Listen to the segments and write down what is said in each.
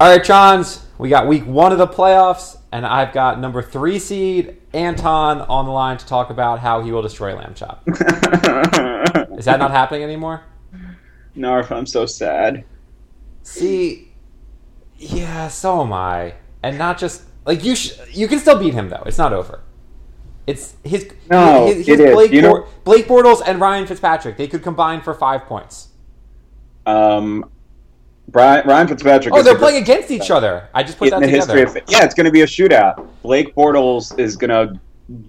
All right, Chons, we got week one of the playoffs, and I've got number three seed Anton on the line to talk about how he will destroy Lamb Chop. Is that not happening anymore? Narf, I'm so sad. See, yeah, so am I, and not just like you. Sh- you can still beat him though. It's not over. It's his. No, his, his it is. Blake, You know- Bor- Blake Bortles and Ryan Fitzpatrick. They could combine for five points. Um, Brian, Ryan Fitzpatrick. Oh, is they're the- playing against each other. I just put in that the together. history of yeah, it's going to be a shootout. Blake Bortles is going to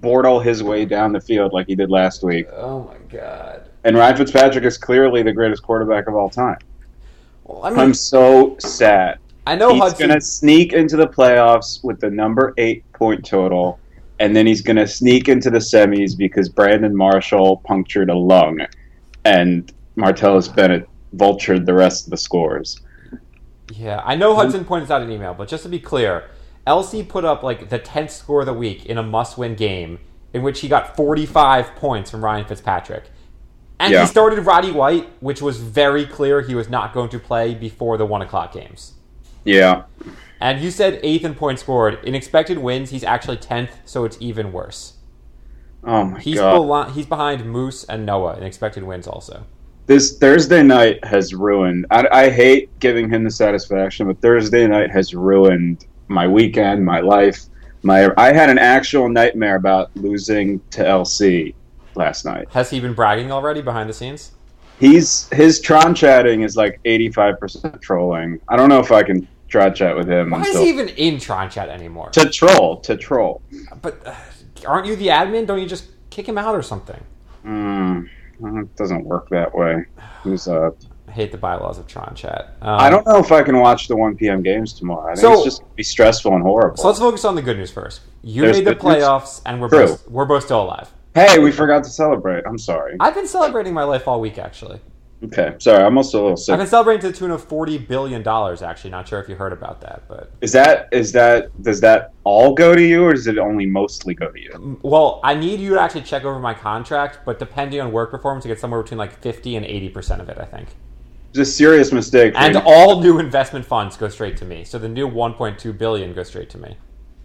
Bortle his way down the field like he did last week, oh my god. and Ryan Fitzpatrick is clearly the greatest quarterback of all time. Well, I mean, I'm so sad. I know he's Hudson. going to sneak into the playoffs with the number eight point total, and then he's going to sneak into the semis because Brandon Marshall punctured a lung, and Martellus Bennett vultured the rest of the scores. Yeah, I know Hudson points out an email, but just to be clear, LC put up like the tenth score of the week in a must-win game in which he got forty-five points from Ryan Fitzpatrick, and Yeah. he started Roddy White, which was very clear he was not going to play before the one o'clock games. Yeah, And you said eighth in points scored. In expected wins, he's actually tenth, so it's even worse. oh my He's god. belo- he's behind Moose and Noah in expected wins also. this Thursday night has ruined. I, I hate giving him the satisfaction, but Thursday night has ruined my weekend, my life. My I had an actual nightmare about losing to LC last night. Has he been bragging already behind the scenes? He's his Tron chatting is like eighty five percent trolling. I don't know if I can Tron chat with him Why is until he even in Tron Chat anymore? to troll to troll. But uh, aren't you the admin? Don't you just kick him out or something? Mm, it doesn't work that way. He's, uh, I hate the bylaws of Tron Chat. Um, I don't know if I can watch the one p.m. games tomorrow. I think So- it's just gonna be stressful and horrible. So let's focus on the good news first. You There's made the good news. playoffs, and we're True. both we're both still alive. hey, we forgot to celebrate. I'm sorry. I've been celebrating my life all week, actually. Okay, sorry, I'm also a little I've sick. been celebrating to the tune of forty billion dollars. Actually, not sure if you heard about that, but Is that is that does that all go to you, or does it only mostly go to you? Mm, well, I need you to actually check over my contract. But depending on work performance, I get somewhere between like fifty and eighty percent of it, I think. It's a serious mistake. for And me. all new investment funds go straight to me. So the new one point two billion goes straight to me.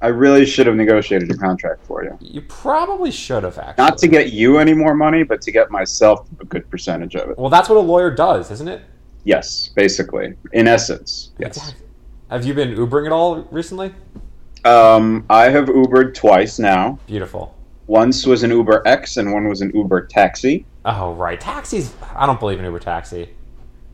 I really should have negotiated a contract for you, You probably should have actually. not to get you any more money, but to get myself a good percentage of it. Well, that's what a lawyer does, isn't it? Yes, basically, in essence, yes. Exactly. Have you been Ubering at all recently? Um, I have Ubered twice now. Beautiful. Once was an Uber X, and one was an Uber taxi. Oh, right. Taxis. I don't believe in Uber taxi.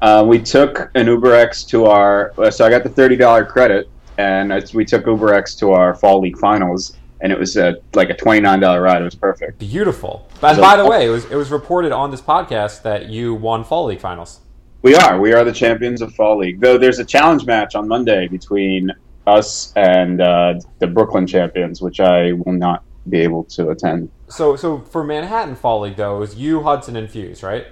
Uh, we took an UberX to our. uh, So I got the thirty dollar credit, and it's, we took UberX to our fall league finals, and it was a, like a twenty nine dollar ride. It was perfect. Beautiful. And So- by the way, it was it was reported on this podcast that you won fall league finals. We are we are the champions of fall league. Though there's a challenge match on Monday between us and uh, the Brooklyn champions, which I will not be able to attend. So so for Manhattan fall league though, it was you Hudson and Fuse, right?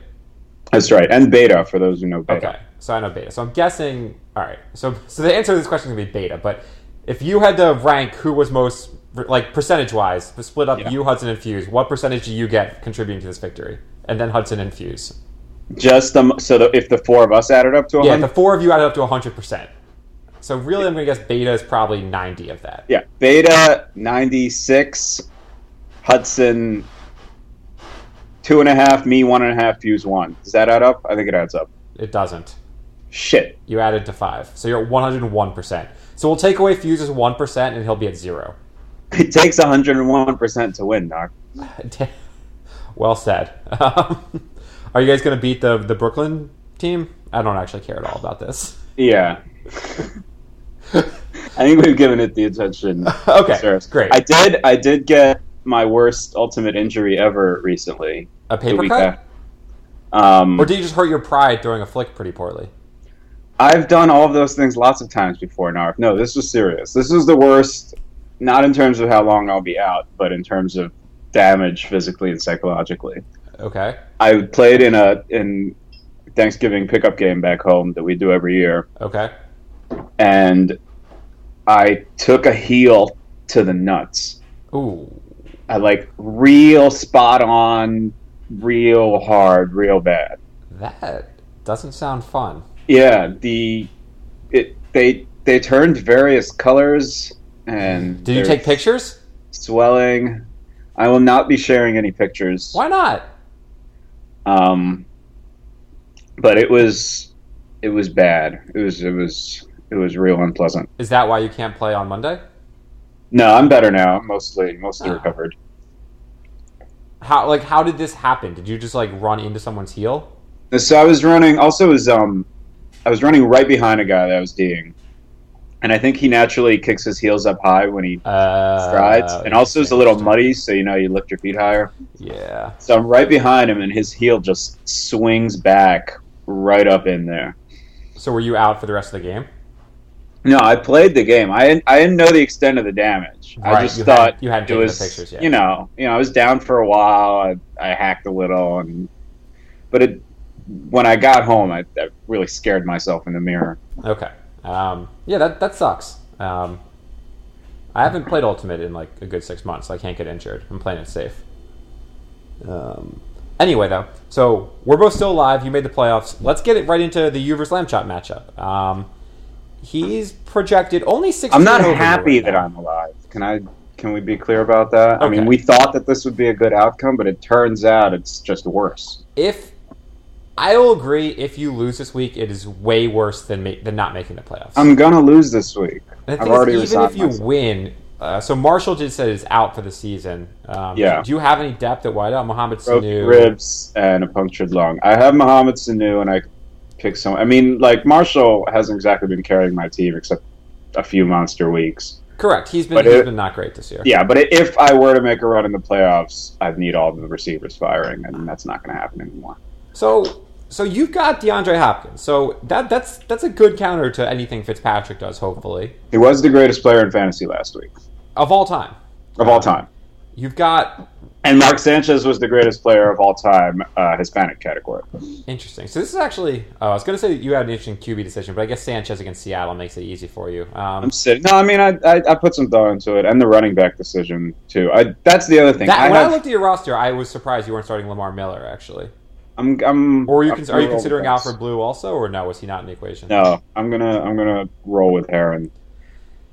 That's right, and Beta for those who know Beta. Okay. So I know beta. So I'm guessing. All right. So so the answer to this question is gonna be beta. But if you had to rank who was most like percentage wise, split up Yeah. you Hudson and Fuse, what percentage do you get contributing to this victory? And then Hudson and Fuse. Just the m- so the, if the four of us added up to a Yeah, hundred. the four of you added up to 100%. So really, I'm going to guess beta is probably 90 of that. Yeah, Beta ninety six, Hudson two and a half, me one and a half, Fuse one. Does that add up? I think it adds up. It doesn't. Shit. You added to five. So you're at 101%. So we'll take away Fuse's 1% and he'll be at zero. It takes hundred and one percent to win, Doc. well said. Um, are you guys going to beat the, the Brooklyn team? I don't actually care at all about this. Yeah. I think we've given it the attention. Okay, it deserves. great. I did I did get my worst ultimate injury ever recently. A the paper week cut? after. Um, Or did you just hurt your pride throwing a flick pretty poorly? I've done all of those things lots of times before, Narf. No, this was serious. This was the worst, not in terms of how long I'll be out, but in terms of damage physically and psychologically. Okay, I played in a in Thanksgiving pickup game back home that we do every year, okay. and I took a heel to the nuts. Ooh, I like real spot on, real hard, real bad. that doesn't sound fun. Yeah, the it they they turned various colors and Did you there's take pictures? swelling. I will not be sharing any pictures. Why not? Um, but it was it was bad. It was it was it was real unpleasant. Is that why you can't play on Monday? No, I'm better now. Mostly mostly Oh. recovered. How like how did this happen? Did you just like run into someone's heel? So I was running. Also, was um, I was running right behind a guy that I was d'ing, and I think he naturally kicks his heels up high when he Uh, strides, and also it's a little interesting. muddy, so you know you lift your feet higher. Yeah. So I'm right behind him, and his heel just swings back right up in there. So were you out for the rest of the game? No, I played the game. I didn't, I didn't know the extent of the damage. I just you thought had, you had it taken was the pictures. Yeah. you know you know I was down for a while. I, I hacked a little, and but it when I got home, I, I really scared myself in the mirror. Okay. Um, yeah, that that sucks. Um, I haven't played Ultimate in like a good six months. So I can't get injured. I'm playing it safe. Um, anyway, though, so we're both still alive. You made the playoffs. Let's get it right into the U versus Lambchop matchup. Um, he's projected only six. I'm not happy that I'm alive. Can I? Can we be clear about that? I mean, Okay. we thought that this would be a good outcome, but it turns out it's just worse. If I will agree, if you lose this week, it is way worse than ma- than not making the playoffs. I'm gonna lose this week. And the I've thing is, already even resigned if you myself. win, uh, so Marshall just said is out for the season. Um, Yeah. Do you have any depth at wideout? Mohamed Broke Sanu. ribs and a punctured lung. I have Mohamed Sanu, and I pick some. I mean, like Marshall hasn't exactly been carrying my team except a few monster weeks. Correct. He's been But he's it- been not great this year. Yeah, but if I were to make a run in the playoffs, I'd need all the receivers firing, and that's not going to happen anymore. So so you've got DeAndre Hopkins. So that that's that's a good counter to anything Fitzpatrick does. Hopefully, He was the greatest player in fantasy last week of all time, of all time. you've got And Mark Sanchez was the greatest player of all time, uh, Hispanic category. interesting. So this is actually. Oh, I was going to say that you had an interesting QB decision, but I guess Sanchez against Seattle makes it easy for you. Um, I'm sitting. No, I mean, I, I, I put some thought into it, and the running back decision too. I, that's the other thing. that, I when have, I looked at your roster, I was surprised you weren't starting Lamar Miller actually. I'm, I'm. Or are you, I'm cons- are you gonna roll considering with this. Alfred Blue also, or no? Was he not in the equation? No, I'm gonna, I'm gonna roll with Heron.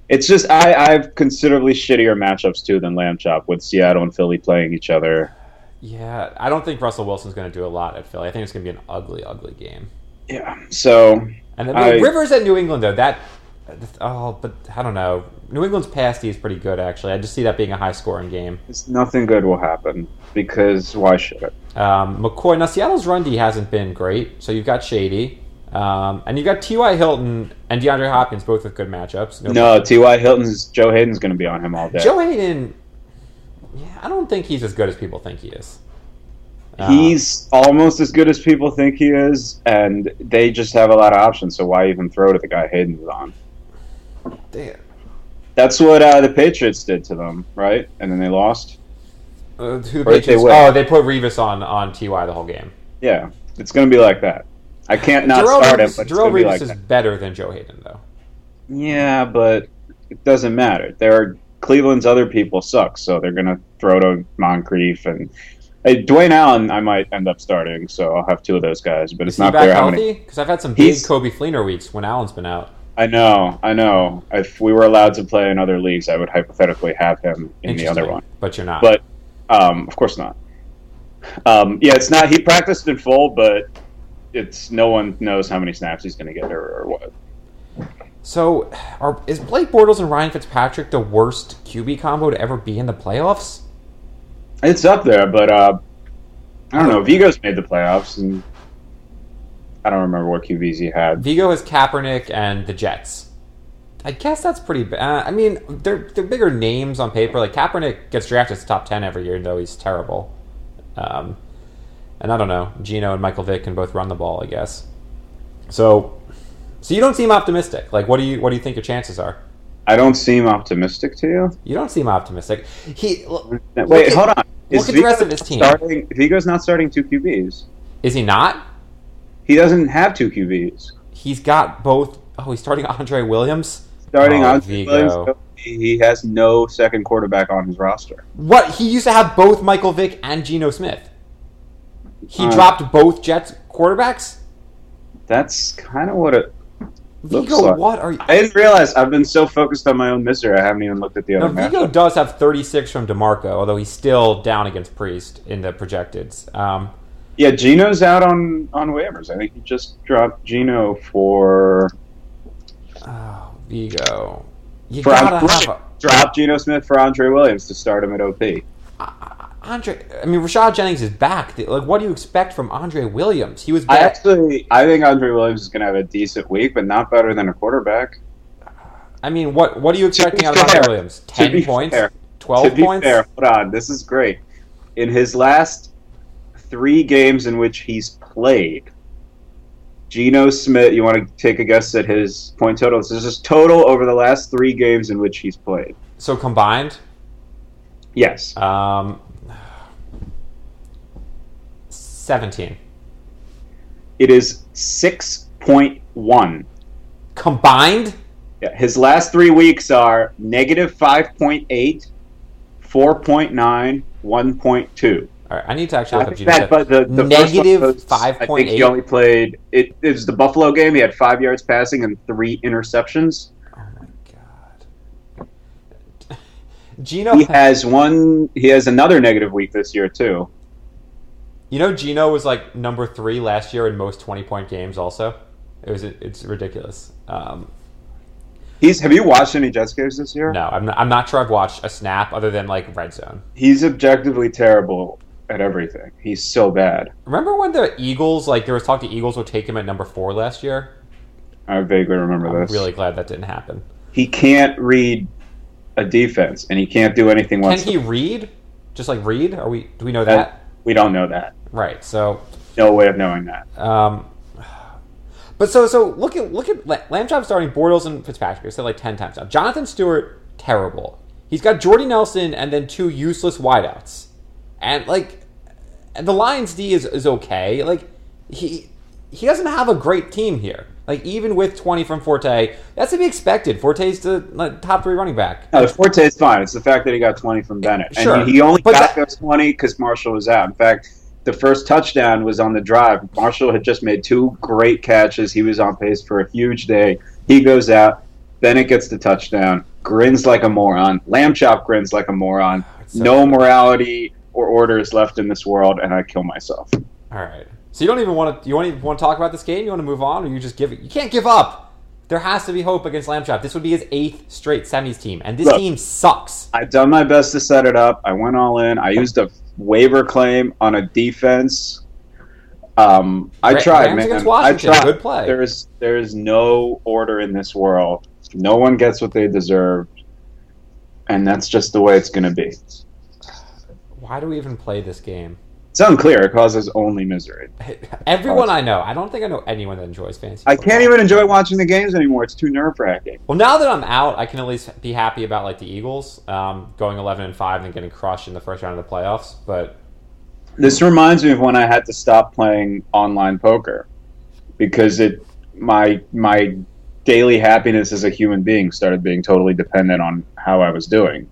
It's just I, I have considerably shittier matchups too than Lamb Chop with Seattle and Philly playing each other. Yeah, I don't think Russell Wilson's going to do a lot at Philly. I think it's going to be an ugly, ugly game. Yeah. So And then I- Rivers at New England, though that oh, but I don't know. New England's pasty is pretty good, actually. I just see that being a high-scoring game. it's, nothing good will happen because why should it? Um, McCoy now Seattle's run D hasn't been great, so you've got Shady, um, and you've got T. Y. Hilton and DeAndre Hopkins, both with good matchups. No, T. Y. Hilton's Joe Hayden's gonna be on him all day. Joe Hayden. Yeah, I don't think he's as good as people think he is. Uh, He's almost as good as people think he is, and they just have a lot of options. So why even throw to the guy Hayden's on? damn. That's what uh, the Patriots did to them, right? And then they lost. Uh, who the Or if they Patriots? win. oh, they put Revis on on Ty the whole game. Yeah, it's going to be like that. I can't not Darrell start him, Revis, but it's Darrell going to be Revis like is that. better than Joe Hayden, though. Yeah, but it doesn't matter. There are Cleveland's other people suck, so they're going to throw to Moncrief and hey, Dwayne Allen. I might end up starting, so I'll have two of those guys. But Is it's he not back fair how many. healthy? Because I've had some big He's- Kobe Fleener weeks when Allen's been out. I know, I know. If we were allowed to play in other leagues, I would hypothetically have him in the other Interesting. one. but you're not. But um, of course not. Um, yeah, it's not. He practiced in full, but it's no one knows how many snaps he's going to get or, or what. so, are, is Blake Bortles and Ryan Fitzpatrick the worst QB combo to ever be in the playoffs? It's up there, but uh, I don't know. Vigo's made the playoffs, and I don't remember what QBs he had. Vigo has Kaepernick and the Jets. I guess that's pretty. ba- Uh, I mean, they're they're bigger names on paper. Like Kaepernick gets drafted to top ten every year, though he's terrible. Um, and I don't know. Gino and Michael Vick can both run the ball, I guess. So, so you don't seem optimistic. Like, what do you what do you think your chances are? I don't seem optimistic to you. You don't seem optimistic. He l- Wait, at- hold on. Is look at the rest of his team. starting? Vigo's not starting two QBs. Is he not? He doesn't have two QBs. He's got both. Oh, he's starting Andre Williams. Starting Oh, on Vigo. Williams, he has no second quarterback on his roster. What he used to have both Michael Vick and Geno Smith. He Um, dropped both Jets quarterbacks. That's kind of what it. Looks Vigo, like- what are you? I didn't realize I've been so focused on my own misery. I haven't even looked at the Now, other Vigo matchup. does have 36 from DeMarco, although he's still down against Priest in the projecteds. Um, Yeah, Gino's out on on waivers. I think he just dropped Gino for oh, Vigo. You for gotta have a, dropped Gino Smith for Andre Williams to start him at OP. Andre. I mean, Rashad Jennings is back. Like, what do you expect from Andre Williams? He was I back. actually I think Andre Williams is going to have a decent week, but not better than a quarterback. I mean, what what are you expecting be out of Andre fair- Williams? Ten be points, fair- twelve to be points. fair, hold on, this is great. In his last three games in which he's played, Geno Smith. You want to take a guess at his point total? This is his total over the last three games in which he's played. So combined, Yes, um, seventeen it is six point one. combined. Yeah, his last three weeks are negative 5.8, 4.9, 1.2. All right, I need to actually I look up think Geno. that, Smith. but the, the Negative first one was- I think 5.8. he only played, it, it was the Buffalo game. He had five yards passing and three interceptions. Oh my god, Gino. He has one, he has another negative week this year, too. You know, Gino was like number three last year in most twenty-point games. Also, it was it's ridiculous. Um, He's, have you watched any Jets games this year? no, I'm not, I'm not sure I've watched a snap other than like red zone. He's objectively terrible at everything. He's so bad. Remember when the Eagles like there was talk the Eagles would take him at number four last year? I vaguely remember I'm this. really glad that didn't happen. He can't read a defense, and he can't do anything Can once he read? Just like read? Are we? Do we know that? We don't know that. Right. So, No way of knowing that. um, but so so look at look at La- Lamb Chop starting Bortles and Fitzpatrick. I said like ten times now. Jonathan Stewart terrible. He's got Jordy Nelson and then two useless wideouts, and like and the Lions D is is okay. Like he he doesn't have a great team here. Like even with twenty from Forte, that's to be expected. Forte's the like, top three running back. No, the Forte is fine. It's the fact that he got 20 from Bennett. And Sure. he only But got that- those 20 because Marshall was out. In fact, the first touchdown was on the drive. Marshall had just made two great catches. He was on pace for a huge day. He goes out. Bennett gets the touchdown. Grins like a moron. Lamb chop grins like a moron. So- no morality or order is left in this world, and I kill myself. All right. So you don't even want to. You want to want to talk about this game? You want to move on, or you just give it? You can't give up. There has to be hope against Lamb Chop. This would be his eighth straight semis team, and this Look. team sucks. I've done my best to set it up. I went all in. I used a waiver claim on a defense. Um, I Ra- tried, Rams man. against Washington. I tried. Good play. There is there is no order in this world. No one gets what they deserve, and that's just the way it's going to be. Why do we even play this game? It's unclear. It causes only misery. Everyone I know, I don't think I know anyone that enjoys fantasy. I football. can't even enjoy watching the games anymore. It's too nerve wracking. Well, now that I'm out, I can at least be happy about like the Eagles um, going 11 and five and getting crushed in the first round of the playoffs. But This reminds me of when I had to stop playing online poker because it my my daily happiness as a human being started being totally dependent on how I was doing.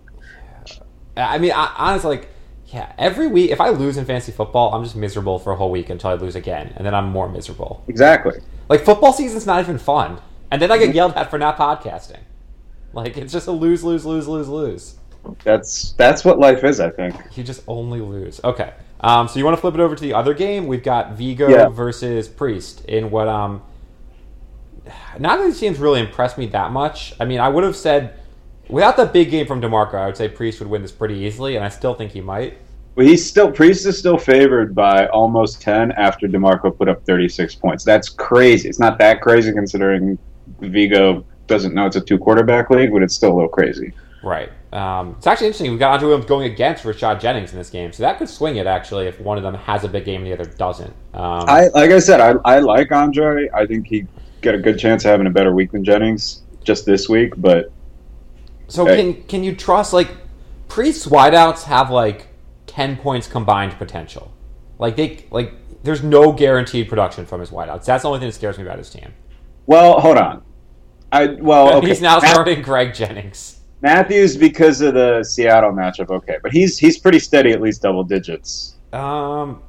I mean, I, honestly, like, yeah, every week if I lose in fantasy football, I'm just miserable for a whole week until I lose again, and then I'm more miserable. Exactly. Like football season's not even fun, and then I get yelled at for not podcasting. Like it's just a lose, lose, lose, lose, lose. That's that's what life is, I think. You just only lose. Okay. Um, so you want to flip it over to the other game? We've got Vigo Yeah. versus Priest in what um. Neither of these teams really impressed me that much. I mean, I would have said without that big game from Demarco, I would say Priest would win this pretty easily, and I still think he might. Well, he's still Priest is still favored by almost ten after Demarco put up thirty six points. That's crazy. It's not that crazy considering Vigo doesn't know it's a two quarterback league, but it's still a little crazy. Right. Um, it's actually interesting. We've got Andre Williams going against Rashad Jennings in this game, so that could swing it actually if one of them has a big game and the other doesn't. Um, I like I said, I, I like Andre. I think he got a good chance of having a better week than Jennings just this week, but So Hey. can can you trust like Priest's wideouts have like ten points combined potential? Like they like there's no guaranteed production from his wideouts. That's the only thing that scares me about his team. well, hold on. I well okay. He's now Math- starting Greg Jennings. Matthews because of the Seattle matchup, okay. But he's he's pretty steady at least double digits. Um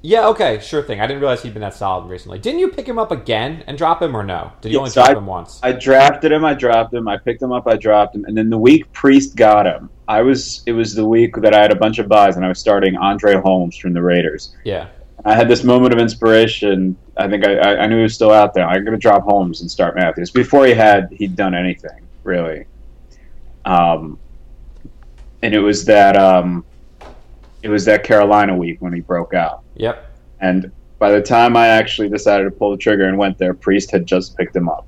Yeah, okay, sure thing. I didn't realize he'd been that solid recently. Didn't you pick him up again and drop him, or no? Did you Yeah, only so drop I- him once? I drafted him. I dropped him. I picked him up. I dropped him. And then the week Priest got him. I was. It was the week that I had a bunch of buys, and I was starting Andre Holmes from the Raiders. yeah. I had this moment of inspiration. I think I, I, I knew he was still out there. I'm going to drop Holmes and start Matthews before he had he'd done anything really. Um, and it was that um, it was that Carolina week when he broke out. Yep. And by the time I actually decided to pull the trigger and went there, Priest had just picked him up.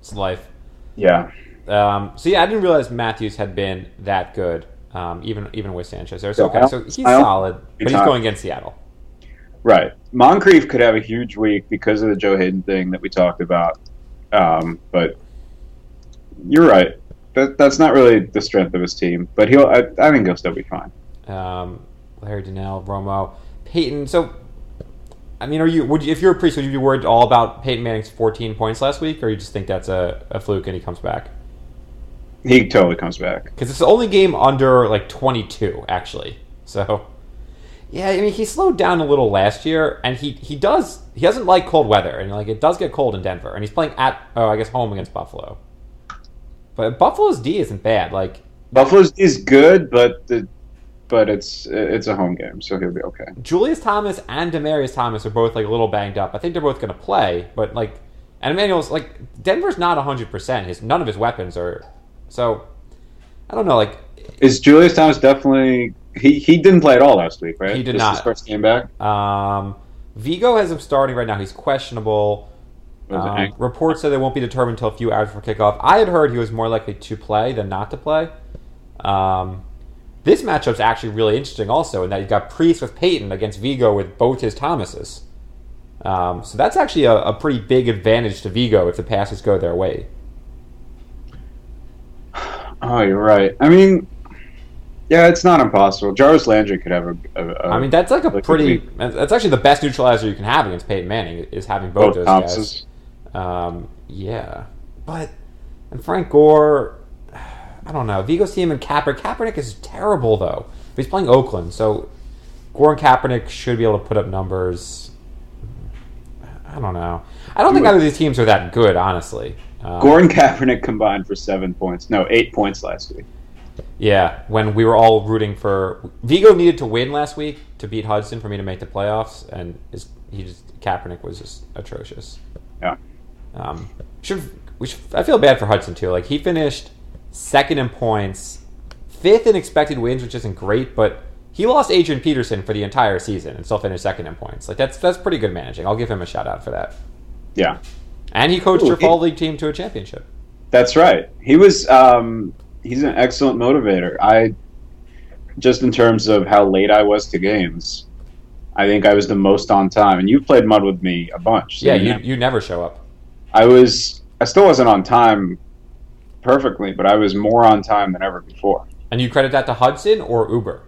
It's life. Yeah. Um, so yeah, I didn't realize Matthews had been that good, um, even even with Sanchez there. So Yeah, I okay, don't- so he's I don't- solid, but he's not- going against Seattle. Right. Moncrief could have a huge week because of the Joe Hayden thing that we talked about. Um, but you're right. That, that's not really the strength of his team. But he'll. I, I think he'll still be fine. Um, Larry Donnell, Romo, Peyton. So, I mean, are you would you, if you're a priest, would you be worried all about Peyton Manning's 14 points last week, or you just think that's a, a fluke and he comes back? He totally comes back. Because it's the only game under like 22 actually. So, yeah, I mean, he slowed down a little last year, and he he does he doesn't like cold weather, and like it does get cold in Denver, and he's playing at oh I guess home against Buffalo. But Buffalo's D isn't bad. Like Buffalo's is good, but the, but it's it's a home game, so he'll be okay. Julius Thomas and Demarius Thomas are both like a little banged up. I think they're both going to play, but like, and Emmanuel's like Denver's not hundred percent. His none of his weapons are. So, I don't know. Like, Is Julius Thomas definitely? He he didn't play at all last week, right? He did This is not. His first game back. um, Vigo has him starting right now. He's questionable. Was it Um, ankle? reports say they won't be determined until a few hours before kickoff. I had heard he was more likely to play than not to play. Um, this matchup's actually really interesting, also, in that you've got Priest with Peyton against Vigo with both his Thomases. Um, so that's actually a, a pretty big advantage to Vigo if the passes go their way. Oh, you're right. I mean, yeah, it's not impossible. Jarvis Landry could have a. a, a I mean, that's like a Look at pretty. me. That's actually the best neutralizer you can have against Peyton Manning is having both, those guys. Thompsons. Um, yeah, but and Frank Gore, I don't know. Vigo's team and Kaeper. Kaepernick is terrible though. But he's playing Oakland, so Gore and Kaepernick should be able to put up numbers. I don't know. I don't think either of these teams are that good, honestly. Um, Gore and Kaepernick combined for seven points. No, eight points last week. Yeah, when we were all rooting for Vigo needed to win last week to beat Hudson for me to make the playoffs, and his, he just Kaepernick was just atrocious. Yeah. Um, should we should, I feel bad for Hudson too. Like he finished second in points, fifth in expected wins, which isn't great, but he lost Adrian Peterson for the entire season and still finished second in points. Like that's that's pretty good managing. I'll give him a shout out for that. Yeah, And he coached Ooh, your he- fall league team to a championship. that's right. He was. Um, he's an excellent motivator. I just in terms of how late I was to games, I think I was the most on time. And you played mud with me a bunch. so Yeah, you know. you you never show up. I was. I still wasn't on time perfectly, but I was more on time than ever before. And you credit that to Hudson or Uber.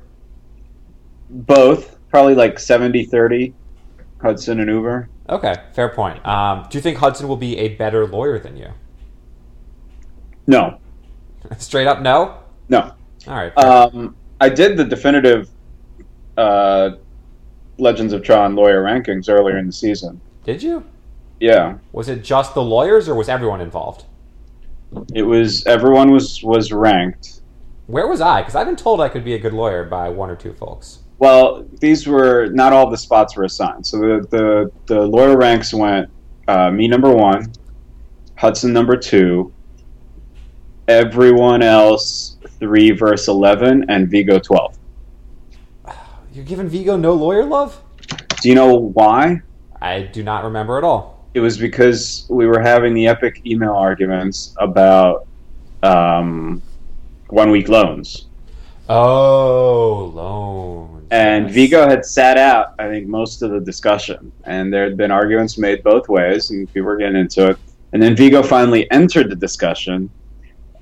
both probably like 70 30 hudson and uber Okay, fair point. Um, do you think Hudson will be a better lawyer than you? no Straight up, no. no All right. um, i did the definitive uh, legends of tron lawyer rankings earlier in the season Did you? yeah Was it just the lawyers, or was everyone involved? it was everyone was was ranked Where was I? Because I've been told I could be a good lawyer by one or two folks. well these were not all the spots were assigned so the the, the lawyer ranks went uh, me number one hudson number two everyone else three verse 11 and vigo 12 You're giving Vigo no lawyer love? do you know why I do not remember at all. it was because we were having the epic email arguments about um, one week loans. Oh, loans. And Yes. Vigo had sat out, I think, most of the discussion. And there had been arguments made both ways, and people were getting into it. And then Vigo finally entered the discussion.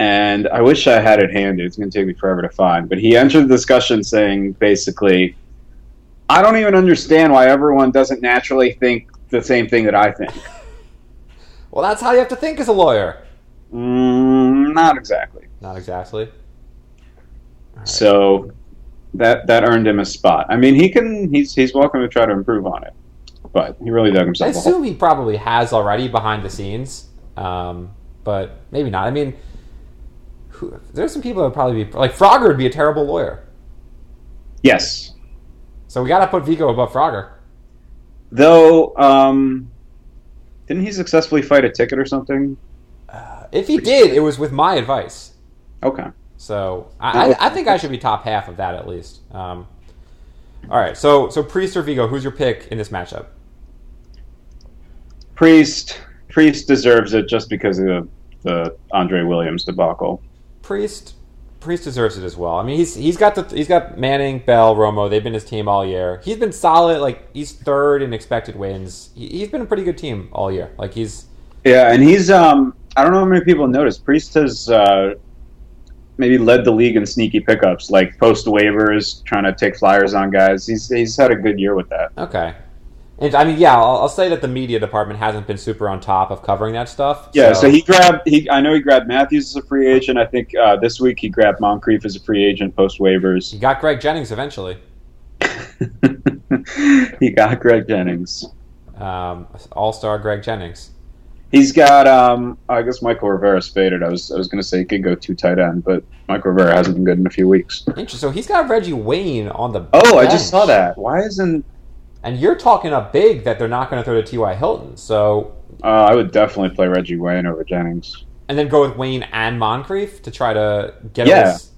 And I wish I had it handy. It's going to take me forever to find. But he entered the discussion saying basically, I don't even understand why everyone doesn't naturally think the same thing that I think. Well, that's how you have to think as a lawyer. Mm, not exactly. Not exactly. So that that earned him a spot. I mean, he can he's he's welcome to try to improve on it, but he really dug I himself a hole. assume he probably has already behind the scenes, um, but maybe not. I mean, who, there's some people that would probably be like Frogger would be a terrible lawyer. Yes, So we got to put Vigo above Frogger. though. Um, didn't he successfully fight a ticket or something? If he did, it was with my advice. Okay. So I, I, I think I should be top half of that at least. Um, all right. So so Priest or Vigo, who's your pick in this matchup? Priest Priest deserves it just because of the, the Andre Williams debacle. Priest Priest deserves it as well. I mean, he's he's got the he's got Manning, Bell, Romo. They've been his team all year. He's been solid. Like he's third in expected wins. He, he's been a pretty good team all year. Like he's Yeah, and he's um I don't know how many people noticed. Priest has uh, maybe led the league in sneaky pickups, like post waivers, trying to take flyers on guys. He's he's had a good year with that. okay. And I mean, yeah, I'll, I'll say that the media department hasn't been super on top of covering that stuff. Yeah, so, he grabbed he I know he grabbed Matthews as a free agent. I think uh, this week he grabbed Moncrief as a free agent post he waivers. got Greg Jennings eventually. he got Greg Jennings. Um, All star Greg Jennings. He's got. Um, I guess Michael Rivera's faded. I was. I was going to say he could go two tight end, but Michael Rivera hasn't been good in a few weeks. Interesting. So he's got Reggie Wayne on the. Oh, I just bench. saw that. Why isn't? And you're talking up big that they're not going to throw to T.Y. Hilton. So Uh, I would definitely play Reggie Wayne over Jennings. and then go with Wayne and Moncrief to try to get. Yeah. his-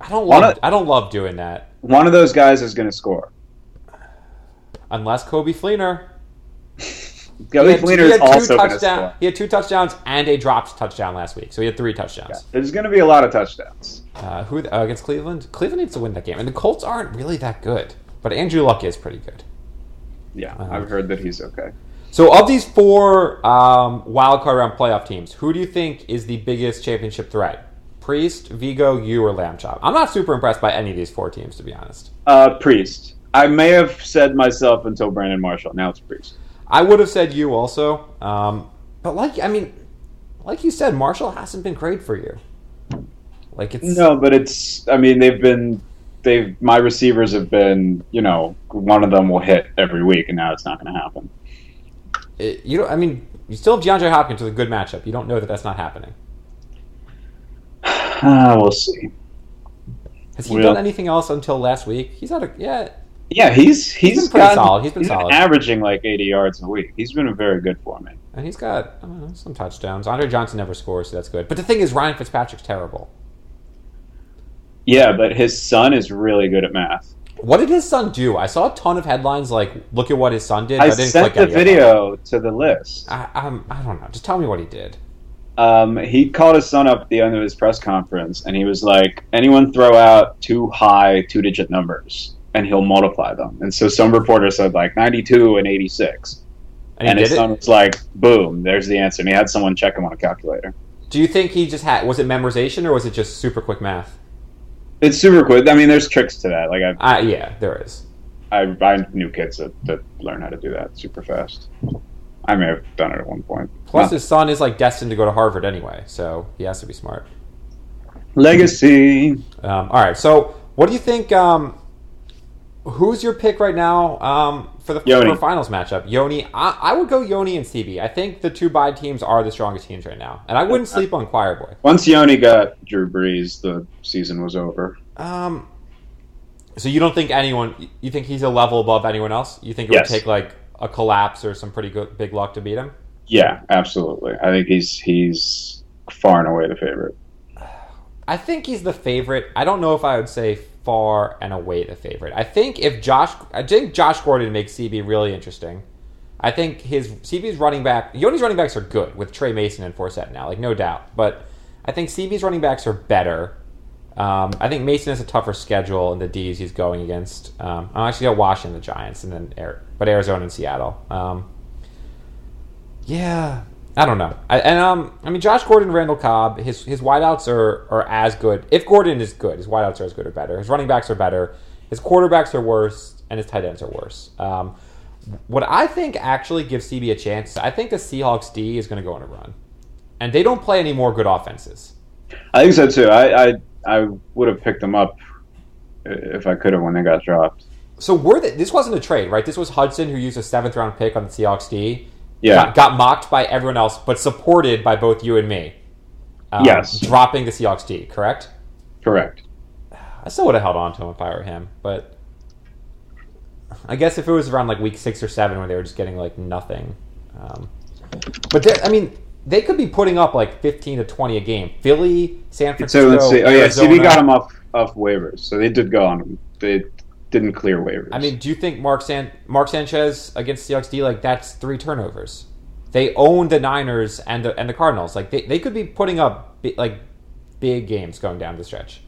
I don't Why love. not- I don't love doing that One of those guys is going to score. unless Kobe Fleener. Kelly two- Fleener is also going to touchdowns. score. He had two touchdowns and a dropped touchdown last week, so he had three touchdowns. There's going to be a lot of touchdowns. Uh, who uh, against Cleveland? Cleveland needs to win that game, and the Colts aren't really that good. But Andrew Luck is pretty good. Yeah, Uh-huh. I've heard that he's okay. So, of these four um, wild card round playoff teams, who do you think is the biggest championship threat? Priest, Vigo, you, or Lamb Chop? I'm not super impressed by any of these four teams, to be honest. Uh, Priest. I may have said myself until Brandon Marshall. Now it's Priest. I would have said you also, um, but like I mean, like you said, Marshall hasn't been great for you. Like it's No, but it's. I mean, they've been. They've my receivers have been. You know, one of them will hit every week, and now it's not going to happen. it- you don't. I mean, you still have DeAndre Hopkins with a good matchup. You don't know that that's not happening. Uh, we'll see. Has he Well- done anything else until last week? He's had a yeah. Yeah, he's he's, been pretty solid. He's been solid. averaging like eighty yards a week. He's been very good for me. And he's got I don't know, some touchdowns. Andre Johnson never scores, so that's good. But the thing is, Ryan Fitzpatrick's terrible. Yeah, but his son is really good at math. What did his son do? I saw a ton of headlines like, "Look at what his son did." I but sent the click any of them. video to the list. I, I'm, I don't know. Just tell me what he did. Um, he called his son up at the end of his press conference, and he was like, "Anyone throw out two high two-digit numbers, and he'll multiply them." And so some reporter said like ninety-two and eighty-six, And, he and did his it? son was like, "Boom, there's the answer." And he had someone check him on a calculator. Do you think he just had was it memorization or was it just super quick math? It's super quick. I mean, there's tricks to that. Like I've Uh, yeah, there is. I, I knew kids that, that learn how to do that super fast. I may have done it at one point. Plus, No. his son is like destined to go to Harvard anyway, so he has to be smart. legacy. Um, all right, so what do you think? Um, who's your pick right now um, for the Yoni. for finals matchup? Yoni, I, I would go Yoni and CB. I think the two bye teams are the strongest teams right now, and I wouldn't Uh, sleep on Choir Boy. Once Yoni got Drew Brees, the season was over. Um, so you don't think anyone? You think he's a level above anyone else? You think it Yes. would take like a collapse or some pretty good big luck to beat him? Yeah, absolutely. I think he's he's far and away the favorite. I think he's the favorite. I don't know if I would say far and away the favorite. I think if Josh, I think Josh Gordon makes CB really interesting. I think his CB's running back, Yoni's running backs are good with Trey Mason and Forsett now, like no doubt. But I think CB's running backs are better. Um, I think Mason has a tougher schedule in the D's he's going against. Um, I'm actually got Washington, the Giants, and then Air, but Arizona and Seattle. Um, yeah, I don't know. I, and um, I mean, Josh Gordon, Randall Cobb, his his wideouts are are as good. If Gordon is good, his wideouts are as good or better. His running backs are better. His quarterbacks are worse, and his tight ends are worse. Um, what I think actually gives CB a chance, I think the Seahawks D is going to go on a run, and they don't play any more good offenses. I think so too. I I, I would have picked him up if I could have when they got dropped. So were they, this wasn't a trade, right? This was Hudson who used a seventh round pick on the Seahawks D. Yeah. Got, got mocked by everyone else, but supported by both you and me. Um, Yes. Dropping the Seahawks D, correct? Correct. I still would have held on to him if I were him, but I guess if it was around like week six or seven where they were just getting like nothing. Um, but they're- I mean, they could be putting up like fifteen to twenty a game. Philly, San So Francisco, let's see. Oh yeah, Arizona. CD got him off off waivers, so they did go on him. They didn't clear waivers. I mean, do you think Mark San Mark Sanchez against Seahawks D like that's three turnovers? They own the Niners and the and the Cardinals. Like they, they could be putting up bi- like big games going down the stretch.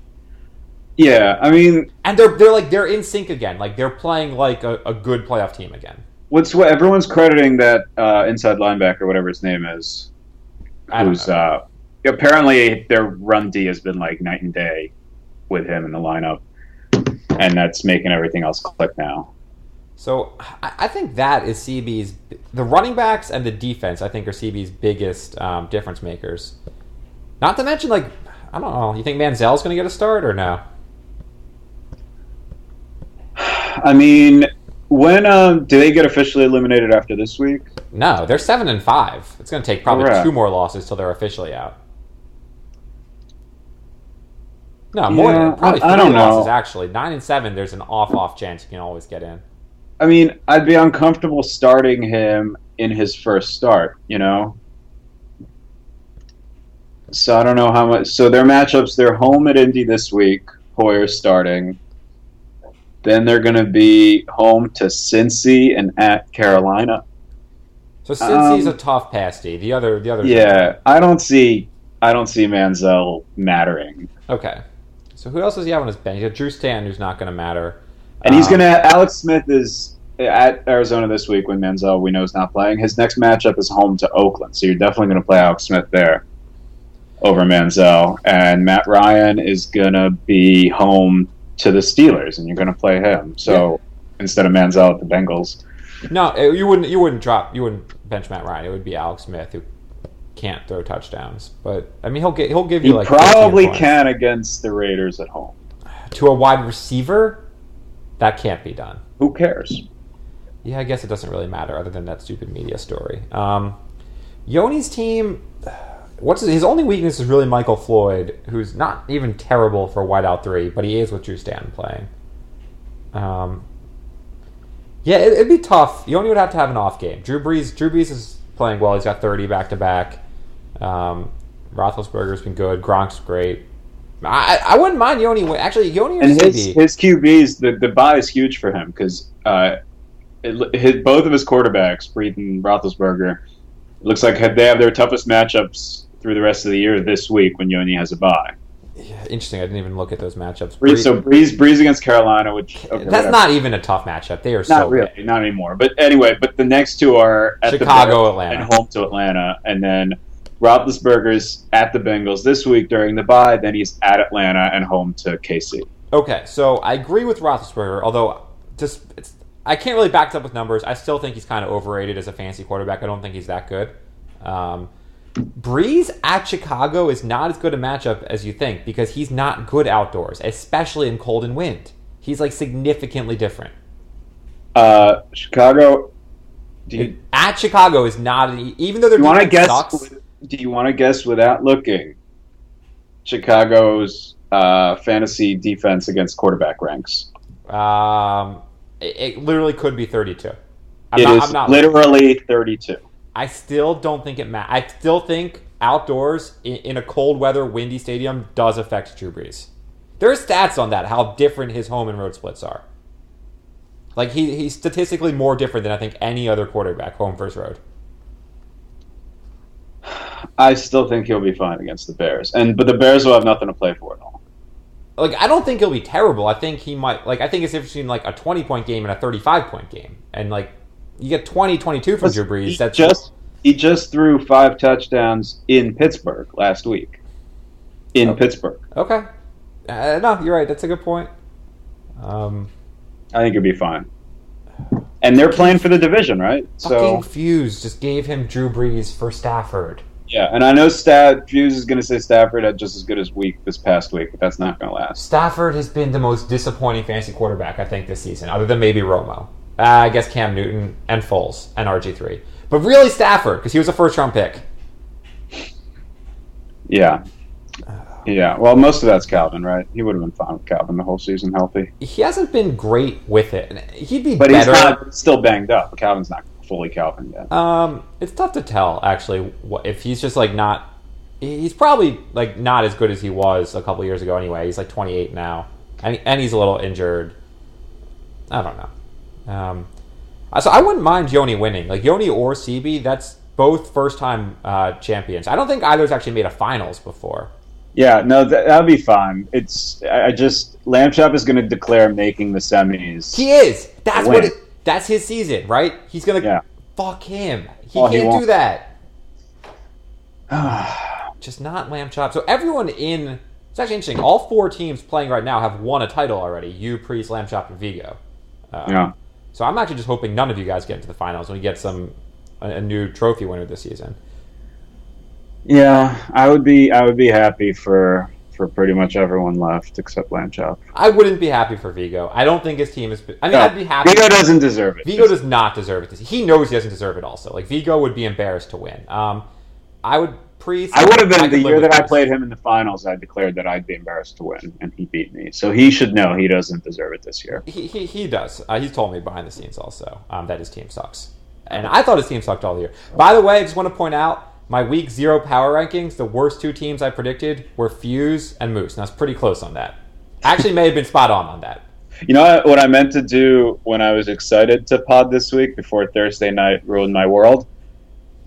yeah. I mean, And they're they're like they're in sync again. Like they're playing like a, a good playoff team again. what's what everyone's crediting that uh, inside linebacker, whatever his name is, I don't who's know. uh, apparently their run D has been like night and day with him in the lineup, and that's making everything else click now. So I, I think that is CB's the running backs and the defense. I think are CB's biggest um, difference makers. Not to mention like I don't know. You think Manziel's going to get a start or no? I mean, when um, do they get officially eliminated after this week? No, they're seven and five. It's going to take probably Correct. two more losses till they're officially out. No, more Yeah, than probably I- three I don't know. losses actually. Nine and seven. There's an off off chance you can always get in. I mean, I'd be uncomfortable starting him in his first start, you know? So I don't know how much. So their matchups, they're home at Indy this week, Hoyer starting. Then they're going to be home to Cincy and at Carolina. So Cincy's Um, a tough pasty. The other, the other. Yeah, I don't see I don't see Manziel mattering. Okay. So who else does he have on his bench? He got Drew Stanton, who's not going to matter. And he's Um, going to Alex Smith is at Arizona this week when Manziel we know is not playing. His next matchup is home to Oakland, so you're definitely going to play Alex Smith there over Manziel. And Matt Ryan is going to be home to the Steelers, and you're going to play him. So instead of Manziel at the Bengals, No, eh, you wouldn't. You wouldn't drop. You wouldn't bench Matt Ryan. It would be Alex Smith who can't throw touchdowns. But I mean, he'll get. He'll give he you like 15 probably points. can against the Raiders at home. to a wide receiver. That can't be done. Who cares? Yeah, I guess it doesn't really matter other than that stupid media story. Um, Yoni's team. What's his, his only weakness is really Michael Floyd, who's not even terrible for wideout three, but he is with Drew Stanton playing. Um, yeah, it, it'd be tough. Yoni would have to have an off game. Drew Brees, Drew Brees is playing well. He's got thirty back to back. Um, Roethlisberger's been good. Gronk's great. I, I I wouldn't mind Yoni. win- Actually, Yoni or and his CB? his QBs the the buy is huge for him because uh, it- his, both of his quarterbacks, Breed and Roethlisberger, looks like had- they have their toughest matchups through the rest of the year this week when Yoni has a bye. Yeah, interesting. I didn't even look at those matchups. Breeze, Brees- so Breeze Breeze against Carolina, which okay, That's whatever. not even a tough matchup. They are not so really not anymore. But anyway, but the next two are at good. the Chicago, and Atlanta. home to Atlanta, and then. Roethlisberger's at the Bengals this week during the bye. Then he's at Atlanta and home to KC. Okay, so I agree with Roethlisberger, although just it's, I can't really back it up with numbers. I still think he's kind of overrated as a fantasy quarterback. I don't think he's that good. Um, Breeze at Chicago is not as good a matchup as you think because he's not good outdoors, especially in cold and wind. He's like significantly different. Uh, Chicago. Do you, At Chicago is not an, e, even though they're you want to guess? sucks. Do you want to guess without looking? Chicago's uh, fantasy defense against quarterback ranks. Um, it, it literally could be 32. I'm It is not, I'm not literally 32. I still don't think it matters. I still think outdoors in, in a cold weather, windy stadium does affect Drew Brees. There are stats on that, how different his home and road splits are. Like he, he's statistically more different than I think any other quarterback, home versus road. I still think he'll be fine against the Bears, and but the Bears will have nothing to play for at all. Like I don't think he'll be terrible. I think he might like I think it's interesting like a twenty point game and a thirty five point game. And like you get 20, 22 from Drew He Brees, that's just he just threw five touchdowns in Pittsburgh last week. In Okay. Pittsburgh, Okay. Uh, no, you're right. That's a good point. Um, I think he'll be fine. And they're playing for the division, right? So Fucking Fuse just gave him Drew Brees for Stafford. Yeah, and I know Stat Fuse is going to say Stafford had just as good as week this past week, but that's not going to last. Stafford has been the most disappointing fantasy quarterback I think this season, other than maybe Romo. Uh, I guess Cam Newton and Foles and RG three, but really Stafford because he was a first round pick. Yeah, yeah. Well, most of that's Calvin, right? He would have been fine with Calvin the whole season, healthy, He hasn't been great with it. and He'd be but he's better. not still banged up. Calvin's not fully Calvin yet. Um, it's tough to tell actually what, if he's just like not. He's probably like not as good as he was a couple years ago. Anyway, he's like 28 now, and and he's a little injured. I don't know. Um, uh, so I wouldn't mind Yoni winning, like Yoni or CB. That's both first-time uh, champions. I don't think either's actually made a finals before. Yeah, no, that, that'll be fine. It's I I just Lamb Chop is going to declare making the semis. He is. That's Win. what. It, that's his season, right? He's gonna Yeah. fuck him. He Oh, he can't do won't. that. just not lamb chop. So everyone in it's actually interesting. All four teams playing right now have won a title already. You, Priest, Lamb Chop, and Vigo. Uh, yeah, So I'm actually just hoping none of you guys get into the finals and we get some a, a new trophy winner this season. yeah. I would be I would be happy for for pretty much everyone left except Lamb Chop. I wouldn't be happy for Vigo. I don't think his team is. I mean, No, I'd be happy. Vigo doesn't deserve it. Vigo does not deserve it. This, he knows he doesn't deserve it. Also, like Vigo would be embarrassed to win. Um, I would Priest. I would have been could the live year with that I Priest. played him in the finals. I declared that I'd be embarrassed to win, and he beat me. So he should know he doesn't deserve it this year. He, he, he does. Uh, he's told me behind the scenes also um, that his team sucks. And I thought his team sucked all year. By the way, I just want to point out my week zero power rankings, the worst two teams I predicted were Fuse and Moose. And I was pretty close on that. I actually may have been spot on on that. You know what, what I meant to do when I was excited to pod this week before Thursday night ruined my world?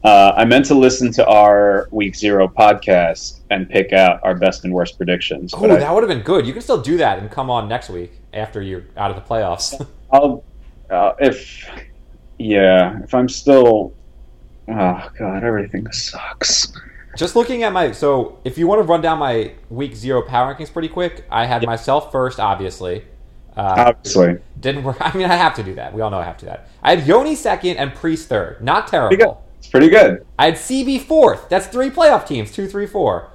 Uh, I meant to listen to our week zero podcast and pick out our best and worst predictions. Oh, but I- that would have been good. You can still do that and come on next week after you're out of the playoffs. I'll uh, if yeah if I'm still oh god everything sucks. Just looking at my so if you want to run down my week zero power rankings pretty quick, I had myself first, obviously. Uh, Obviously, didn't work. I mean, I have to do that. We all know I have to do that. I had Yoni second and Priest third. Not terrible. Pretty good. it's pretty good. I had CB fourth. That's three playoff teams. Two, three, four.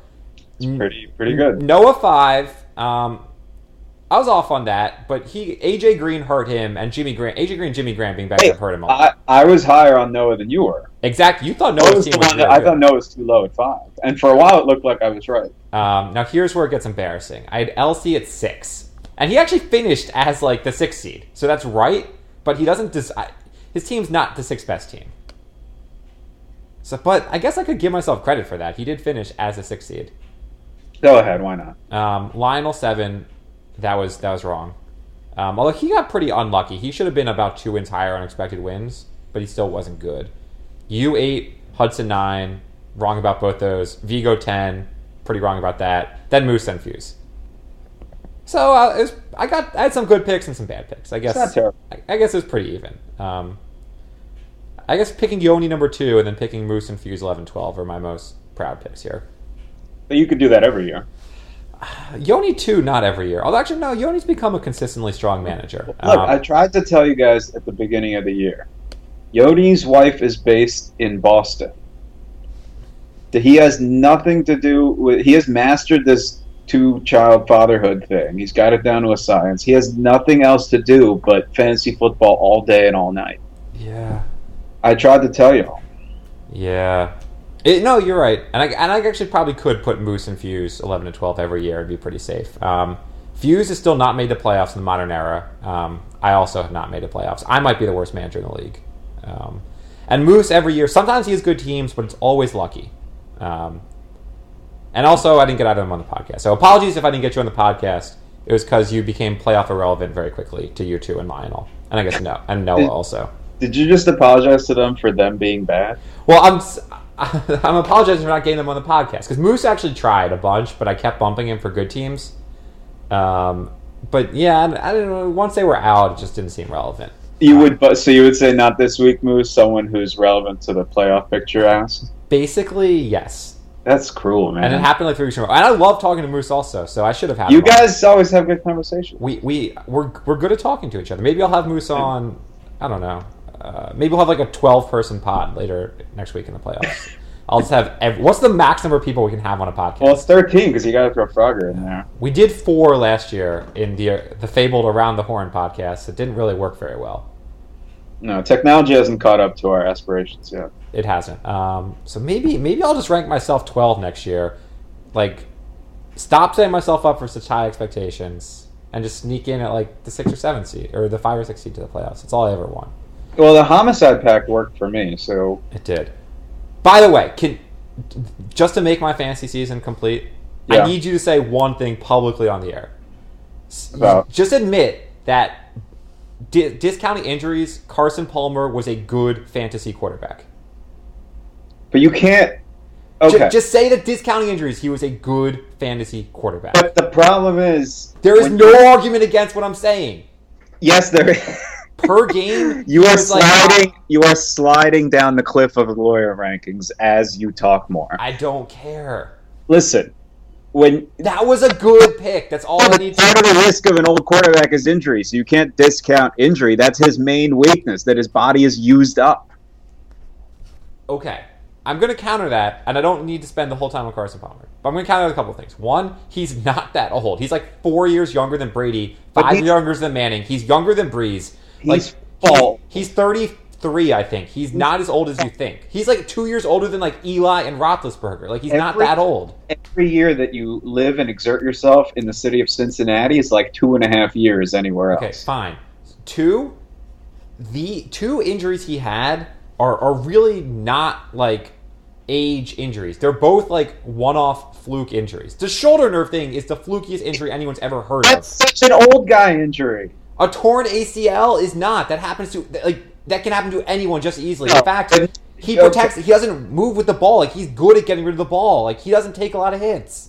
Mm. It's pretty pretty good. Noah five. Um, I was off on that, but he AJ Green hurt him, and Jimmy Grant. AJ Green, Jimmy Grant being back Hey, up hurt him. I, I was higher on Noah than you were. exactly. You thought Noah Noah's was team the was one that, really I thought good. Noah was too low at five, and for a while it looked like I was right. Um, now here's where it gets embarrassing. I had LC at six, and he actually finished as like the sixth seed, so that's right. But he doesn't. Des- I- his team's not the sixth best team. So, but I guess I could give myself credit for that. He did finish as a sixth seed. Go ahead, why not? Um, Lionel seven, that was that was wrong. Um, although he got pretty unlucky, he should have been about two wins higher on expected wins, but he still wasn't good. U eight, Hudson nine, wrong about both those. Vigo ten, pretty wrong about that. Then Moose and Fuse. So uh, it was, I got I had some good picks and some bad picks. I guess not terrible. I, I guess it was pretty even. Um, I guess picking Yoni number two and then picking Moose and Fuse 11, 12 are my most proud picks here. But you could do that every year. Yoni too, not every year. Although actually, no, Yoni's become a consistently strong manager. Look, Um, I tried to tell you guys at the beginning of the year. Yodi's wife is based in Boston. He has nothing to do with. He has mastered this two-child fatherhood thing. He's got it down to a science. He has nothing else to do but fantasy football all day and all night. yeah, I tried to tell you. yeah. It, no, you're right, and I and I actually probably could put Moose and Fuse eleven and twelve every year. It'd be pretty safe. Um, Fuse has still not made the playoffs in the modern era. Um, I also have not made the playoffs. I might be the worst manager in the league. Um, and Moose every year. Sometimes he has good teams, but it's always lucky. Um, And also, I didn't get out of them on the podcast. So apologies if I didn't get you on the podcast. It was because you became playoff irrelevant very quickly to you two and Lionel, and I guess no and Noah also. Did you just apologize to them for them being bad? Well, I'm s- I'm apologizing for not getting them on the podcast because Moose actually tried a bunch, but I kept bumping him for good teams. Um, but yeah, I, I don't know. Once they were out, it just didn't seem relevant. You would, but so you would say not this week, Moose. Someone who's relevant to the playoff picture asked. Basically, yes. That's cruel, And it man. happened like three weeks in a row. And I love talking to Moose also, so I should have had Mm-hmm. You him on. guys always have good conversations. we we we're, we're good at talking to each other. Maybe I'll have Moose Mm-hmm. on. I don't know. Uh, maybe we'll have like a twelve person pod later next week in the playoffs. I'll just have. Ev- What's the max number of people we can have on a podcast? Well, it's 13 because you got to throw Frogger in there. We did four last year in the the fabled Around the Horn podcast. It didn't really work very well. No, technology hasn't caught up to our aspirations yet. It hasn't. Um, so maybe maybe I'll just rank myself 12 next year. Like, stop setting myself up for such high expectations and just sneak in at like the six or seven seed or the five or six seed to the playoffs. That's all I ever want. Well, the homicide pack worked for me, so It did. By the way, can just to make my fantasy season complete, Yeah. I need you to say one thing publicly on the air. S- About- Just admit that di- discounting injuries, Carson Palmer was a good fantasy quarterback. but you can't. Ju- Okay, just say that discounting injuries, he was a good fantasy quarterback. but the problem is There is when- no argument against what I'm saying. Yes, there. Per game, you he are was like, sliding. you are sliding down the cliff of lawyer rankings as you talk more. I don't care. Listen, when That was a good pick. That's all I Well, need but to part of the risk of an old quarterback is injury, so you can't discount injury. That's his main weakness, that his body is used up. okay, I'm going to counter that, and I don't need to spend the whole time on Carson Palmer. But I'm going to counter a couple of things. One, he's not that old. He's like four years younger than Brady, But five he- younger than Manning. He's younger than Breeze. He's like, old. he- he's 33, I think. He's not as old as you think. He's like two years older than like Eli and Roethlisberger. Like he's not Every- that old. Every year that you live and exert yourself in the city of Cincinnati is like two and a half years anywhere Okay, else. fine. Two, the two injuries he had are, are really not like age injuries. They're both like one off fluke injuries. The shoulder nerve thing is the flukiest injury anyone's ever heard That's such an old guy injury. of. A torn ACL is not. That happens to that, like that can happen to anyone just easily. In No, fact, it- he okay. protects he doesn't move with the ball. Like he's good at getting rid of the ball. Like he doesn't take a lot of hits.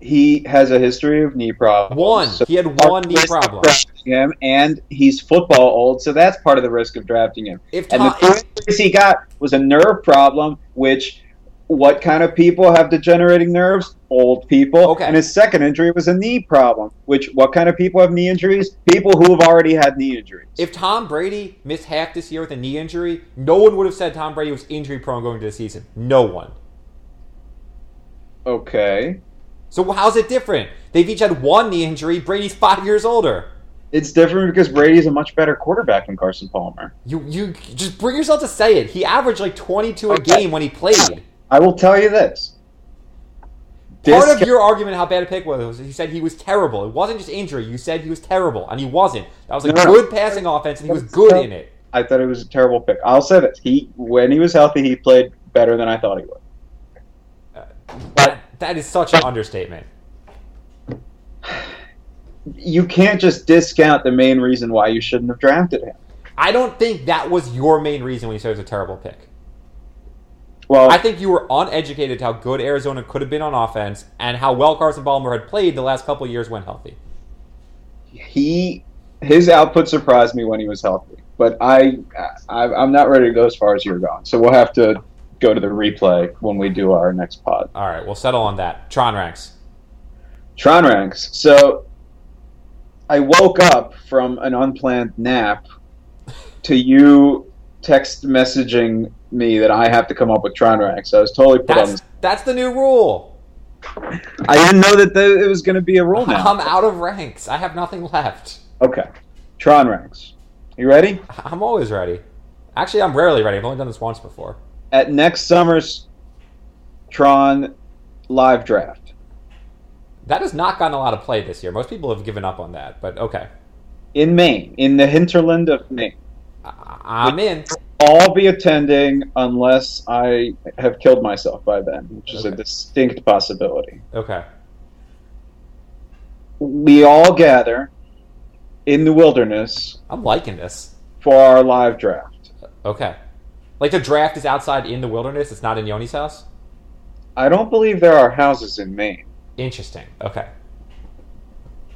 He has a history of knee problems. One. Uh, so He had part of one the knee risk of problem. drafting Him, and he's football old, so that's part of the risk of drafting him. If And the Tom, if, first case he got was a nerve problem, which what kind of people have degenerating nerves? Old people. Okay. And his second injury was a knee problem, which what kind of people have knee injuries? People who have already had knee injuries. If Tom Brady missed half this year with a knee injury, no one would have said Tom Brady was injury prone going into the season. No one. okay. So how's it different? They've each had one knee injury. Brady's five years older. It's different because Brady's a much better quarterback than Carson Palmer. You you just bring yourself to say it. He averaged like 22 a Okay. game when he played. I will tell you this. Part of Discount- your argument how bad a pick was was you said he was terrible. It wasn't just injury. You said he was terrible, and he wasn't. That was a No, no. good passing offense, and he was good in it. I thought it was a terrible pick. I'll say this. He when he was healthy, he played better than I thought he would. That, that is such an understatement. You can't just discount the main reason why you shouldn't have drafted him. I don't think that was your main reason when you said it was a terrible pick. Well, I think you were uneducated to how good Arizona could have been on offense and how well Carson Palmer had played the last couple of years when healthy. he his output surprised me when he was healthy. But I, I I'm not ready to go as far as you're going. So we'll have to go to the replay when we do our next pod. All right, we'll settle on that. Tron ranks. Tron ranks. So I woke up from an unplanned nap to you text messaging me that I have to come up with Tron ranks. I was totally put on. That's This. that's the new rule. I didn't know that the, it was going to be a rule now. I'm out of ranks. I have nothing left. Okay, Tron ranks. You ready? I'm always ready. Actually, I'm rarely ready. I've only done this once before. at next summer's Tron live draft. That has not gotten a lot of play this year. Most people have given up on that, but okay. in Maine, in the hinterland of Maine. I- I'm in. I'll be attending unless I have killed myself by then, which is a Okay. distinct possibility. Okay. We all gather in the wilderness I'm liking this. for our live draft. Okay. Like the draft is outside in the wilderness, it's not in Yoni's house? I don't believe there are houses in Maine. Interesting. Okay.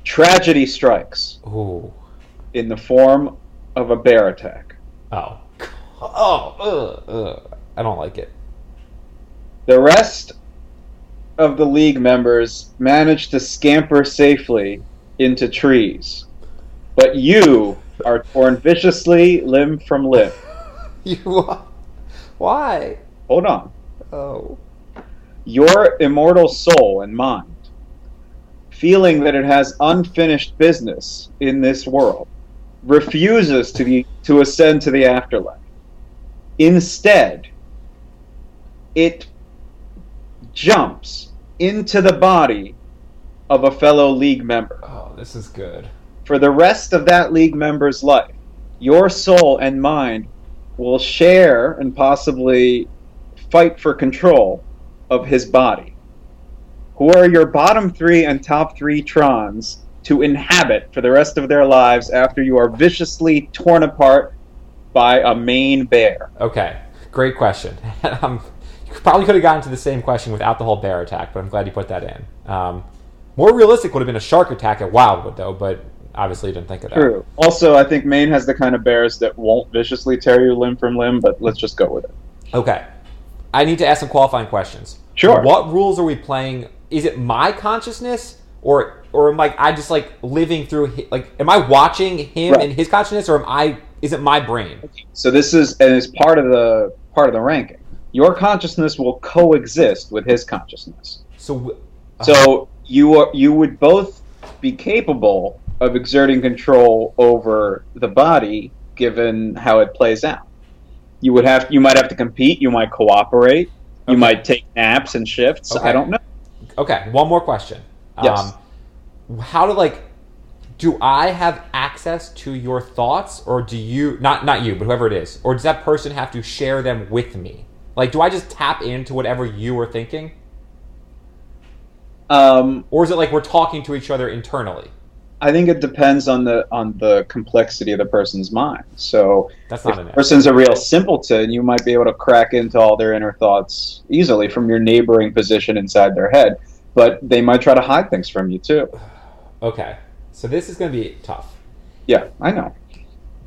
Tragedy strikes Ooh. in the form of a bear attack. Oh. Oh. Ugh, ugh. I don't like it. The rest of the league members managed to scamper safely into trees, but you are torn viciously limb from limb. You. Why? Hold on. Oh. your immortal soul and mind, feeling that it has unfinished business in this world, refuses to be to ascend to the afterlife. Instead, it jumps into the body of a fellow league member. Oh, this is good. For the rest of that league member's life, your soul and mind will share and possibly fight for control of his body. Who are your bottom three and top three Trons to inhabit for the rest of their lives after you are viciously torn apart by a main bear? Okay, great question. um, you probably could have gotten to the same question without the whole bear attack, but I'm glad you put that in. Um, more realistic would have been a shark attack at Wildwood, though, but obviously you didn't think of that. True. Also, I think Maine has the kind of bears that won't viciously tear you limb from limb, but let's just go with it. Okay. I need to ask some qualifying questions. Sure. What rules are we playing? Is it my consciousness or or am like I just like living through hi- like am I watching him Right. and his consciousness or am I is it my brain? So this is and is part of the part of the ranking. Your consciousness will coexist with his consciousness. So w- So you are, you would both be capable of exerting control over the body, given how it plays out. You would have you might have to compete. You might cooperate. You Okay. might take naps and shifts. Okay. I don't know. okay, one more question. Yes. Um how do like do I have access to your thoughts or do you not not you, but whoever it is, or does that person have to share them with me? Like do I just tap into whatever you were thinking? Um, Or is it like we're talking to each other internally? I think it depends on the on the complexity of the person's mind. So That's if not the an answer. person's a real simpleton, you might be able to crack into all their inner thoughts easily from your neighboring position inside their head. But they might try to hide things from you too. Okay, so this is going to be tough. Yeah, I know.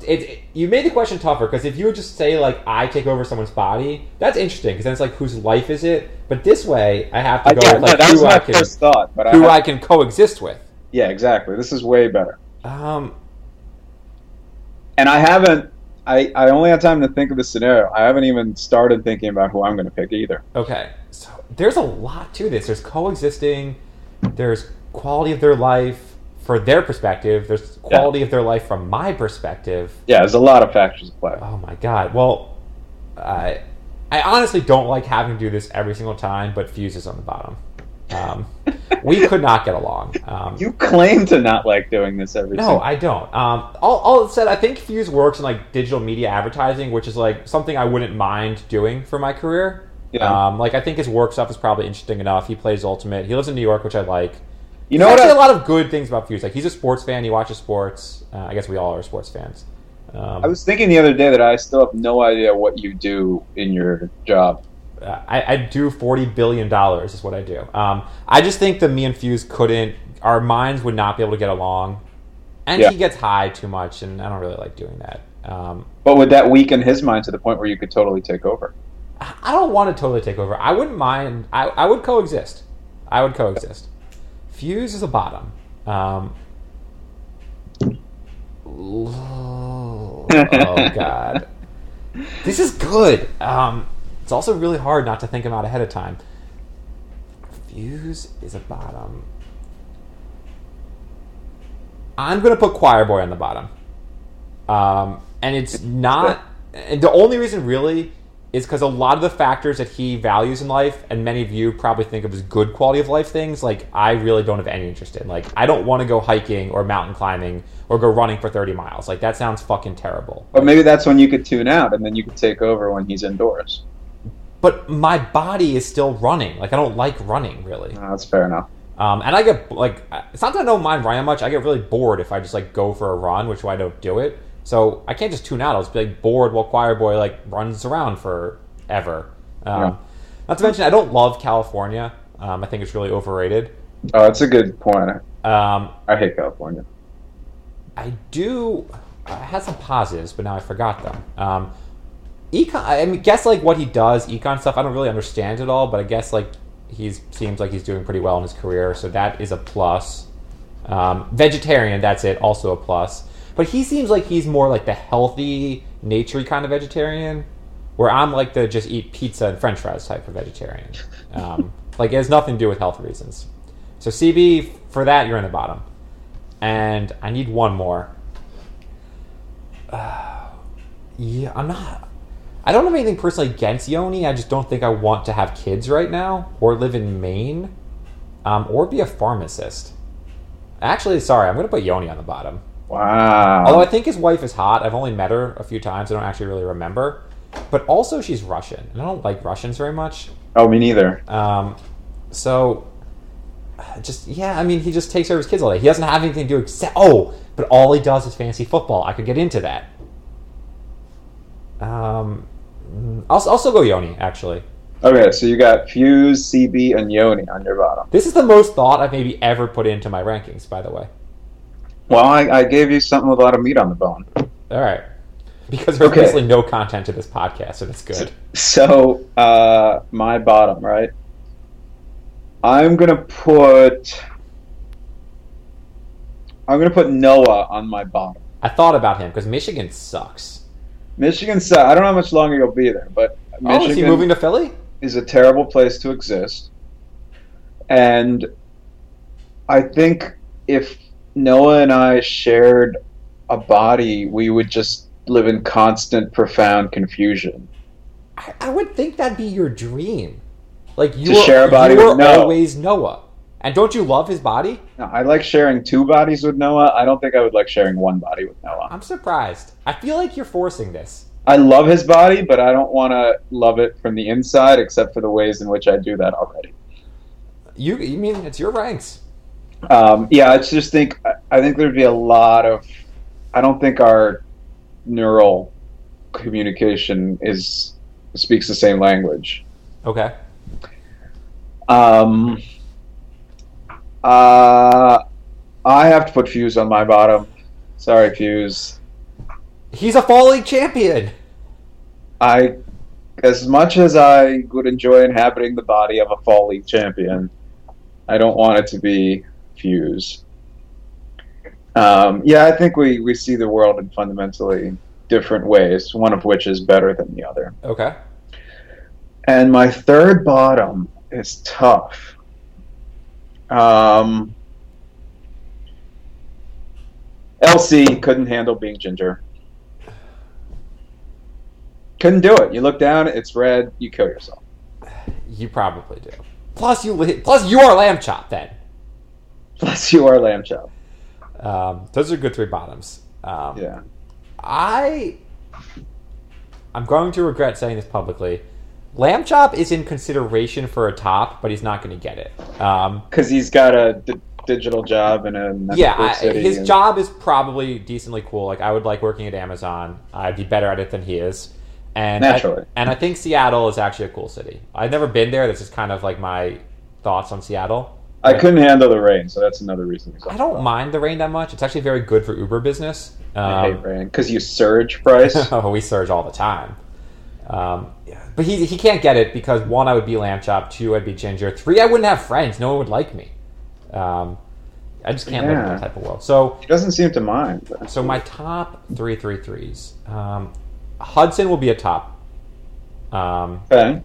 It, it- you made the question tougher because if you would just say like I take over someone's body, that's interesting because then it's like whose life is it? But this way, I have to I go yeah, with no, like that was who my I can first thought, but I, who had- I can coexist with. yeah, exactly. This is way better. Um, And I haven't. I, I only had time to think of the scenario. I haven't even started thinking about who I'm going to pick either. okay, so there's a lot to this. There's coexisting. There's quality of their life for their perspective. There's quality of their life from my perspective. Yeah, there's a lot of factors at play. Oh my god. Well, I I honestly don't like having to do this every single time, but Fuse is on the bottom. Um, we could not get along. Um, You claim to not like doing this every. no, single- I don't. Um, all, all that said, I think Fuse works in like digital media advertising, which is like something I wouldn't mind doing for my career. Yeah. Um, like I think his work stuff is probably interesting enough. He plays Ultimate. He lives in New York, which I like. you know There's what? actually I, a lot of good things about Fuse. Like he's a sports fan. He watches sports. Uh, I guess we all are sports fans. Um, I was thinking the other day that I still have no idea what you do in your job. uh, I, I do forty billion dollars is what I do. Um, I just think that me and Fuse couldn't, our minds would not be able to get along, and Yeah. he gets high too much, and I don't really like doing that. Um, But would that weaken his mind to the point where you could totally take over? I I don't want to totally take over. I wouldn't mind. I, I would coexist. I would coexist. Fuse is a bottom. Um, oh god, this is good. Um, it's also really hard not to think about ahead of time. Fuse is a bottom. I'm gonna put Choir Boy on the bottom. Um, and it's not. And the only reason really is because a lot of the factors that he values in life, and many of you probably think of as good quality of life things, like I really don't have any interest in. Like I don't want to go hiking or mountain climbing or go running for 30 miles. Like that sounds fucking terrible. But maybe that's when you could tune out, and then you could take over when he's indoors. But my body is still running. Like I don't like running really. No, Ah, that's fair enough. Um, and I get like it's not that I don't mind running much. I get really bored if I just like go for a run, which is why I don't do it. So I can't just tune out. I'll just be like bored while Choir Boy like runs around forever. Um, Yeah. Not to mention I don't love California. Um, I think it's really overrated. Oh, that's a good point. Um, I hate California. I do. I had some positives, but now I forgot them. Um, econ. I mean, guess like what he does, econ stuff. I don't really understand it all, but I guess like he seems like he's doing pretty well in his career, so that is a plus. Um, vegetarian, that's it, also a plus. But he seems like he's more like the healthy, naturey kind of vegetarian. where I'm like the just eat pizza and French fries type of vegetarian. Um, like it has nothing to do with health reasons. So CB for that you're in the bottom, and I need one more. Uh, yeah, I'm not. I don't have anything personally against Yoni. I just don't think I want to have kids right now, or live in Maine, um, or be a pharmacist. Actually, sorry, I'm going to put Yoni on the bottom. Wow. Although I think his wife is hot. I've only met her a few times. I don't actually really remember. But also, she's Russian, and I don't like Russians very much. Oh, me neither. Um, so, just yeah, I mean, he just takes care of his kids all day. He doesn't have anything to do except oh, but all he does is fancy football. I could get into that. Um, I'll, I'll still go Yoni. Actually, Okay, so you got Fuse, CB, and Yoni on your bottom. this is the most thought I've maybe ever put into my rankings. By the way, Well, I, I gave you something with a lot of meat on the bone. all right, because there's Okay. basically no content to this podcast, so that's good. So, uh, my bottom, right? I'm gonna put. I'm gonna put Noah on my bottom. I thought about him because Michigan sucks. Michigan. su- I don't know how much longer you'll be there, but Oh, is he Michigan moving to Philly? is a terrible place to exist. And I think if Noah and I shared a body, we would just live in constant, profound confusion. I, I would think that'd be your dream. Like you To were, share a body you were with Noah. always Noah. And don't you love his body? Now, I like sharing two bodies with Noah. I don't think I would like sharing one body with Noah. I'm surprised. I feel like you're forcing this. I love his body, but I don't want to love it from the inside, except for the ways in which I do that already. You, you mean it's your ranks? Um, yeah, I just think I- I think there'd be a lot of. I don't think our neural communication is speaks the same language. Okay. Um, uh, I have to put Fuse on my bottom. Sorry, Fuse. He's a fall league champion. I, as much as I would enjoy inhabiting the body of a fall league champion, I don't want it to be Fuse. Um, yeah, I think we, we see the world in fundamentally different ways, one of which is better than the other. Okay. And my third bottom is tough. Um, LC couldn't handle being ginger. Couldn't do it. You look down, it's red, you kill yourself. You probably do. Plus you li- plus you are lamb chop then. Plus, you are lamb chop. Um, those are good three bottoms. Um, Yeah. I I'm going to regret saying this publicly. Lamb chop is in consideration for a top, but he's not going to get it. Um, Because he's got a d- digital job in a Mexico yeah, I, city. his and- job is probably decently cool. Like I would like working at Amazon. I'd be better at it than he is. And I- Naturally. and I think Seattle is actually a cool city. I've never been there. This is kind of like my thoughts on Seattle. I couldn't handle the rain, so that's another reason. he's I on. don't mind the rain that much. It's actually very good for Uber business. I hate Um, oh, rain because you surge price. we surge all the time. Um, but he he can't get it because one, I would be lamb chop. Two, I'd be ginger. Three, I wouldn't have friends. No one would like me. Um, I just can't live in Yeah. that type of world. So he doesn't seem to mind. but- So my top three three threes. Um, Hudson will be a top. Um, Okay.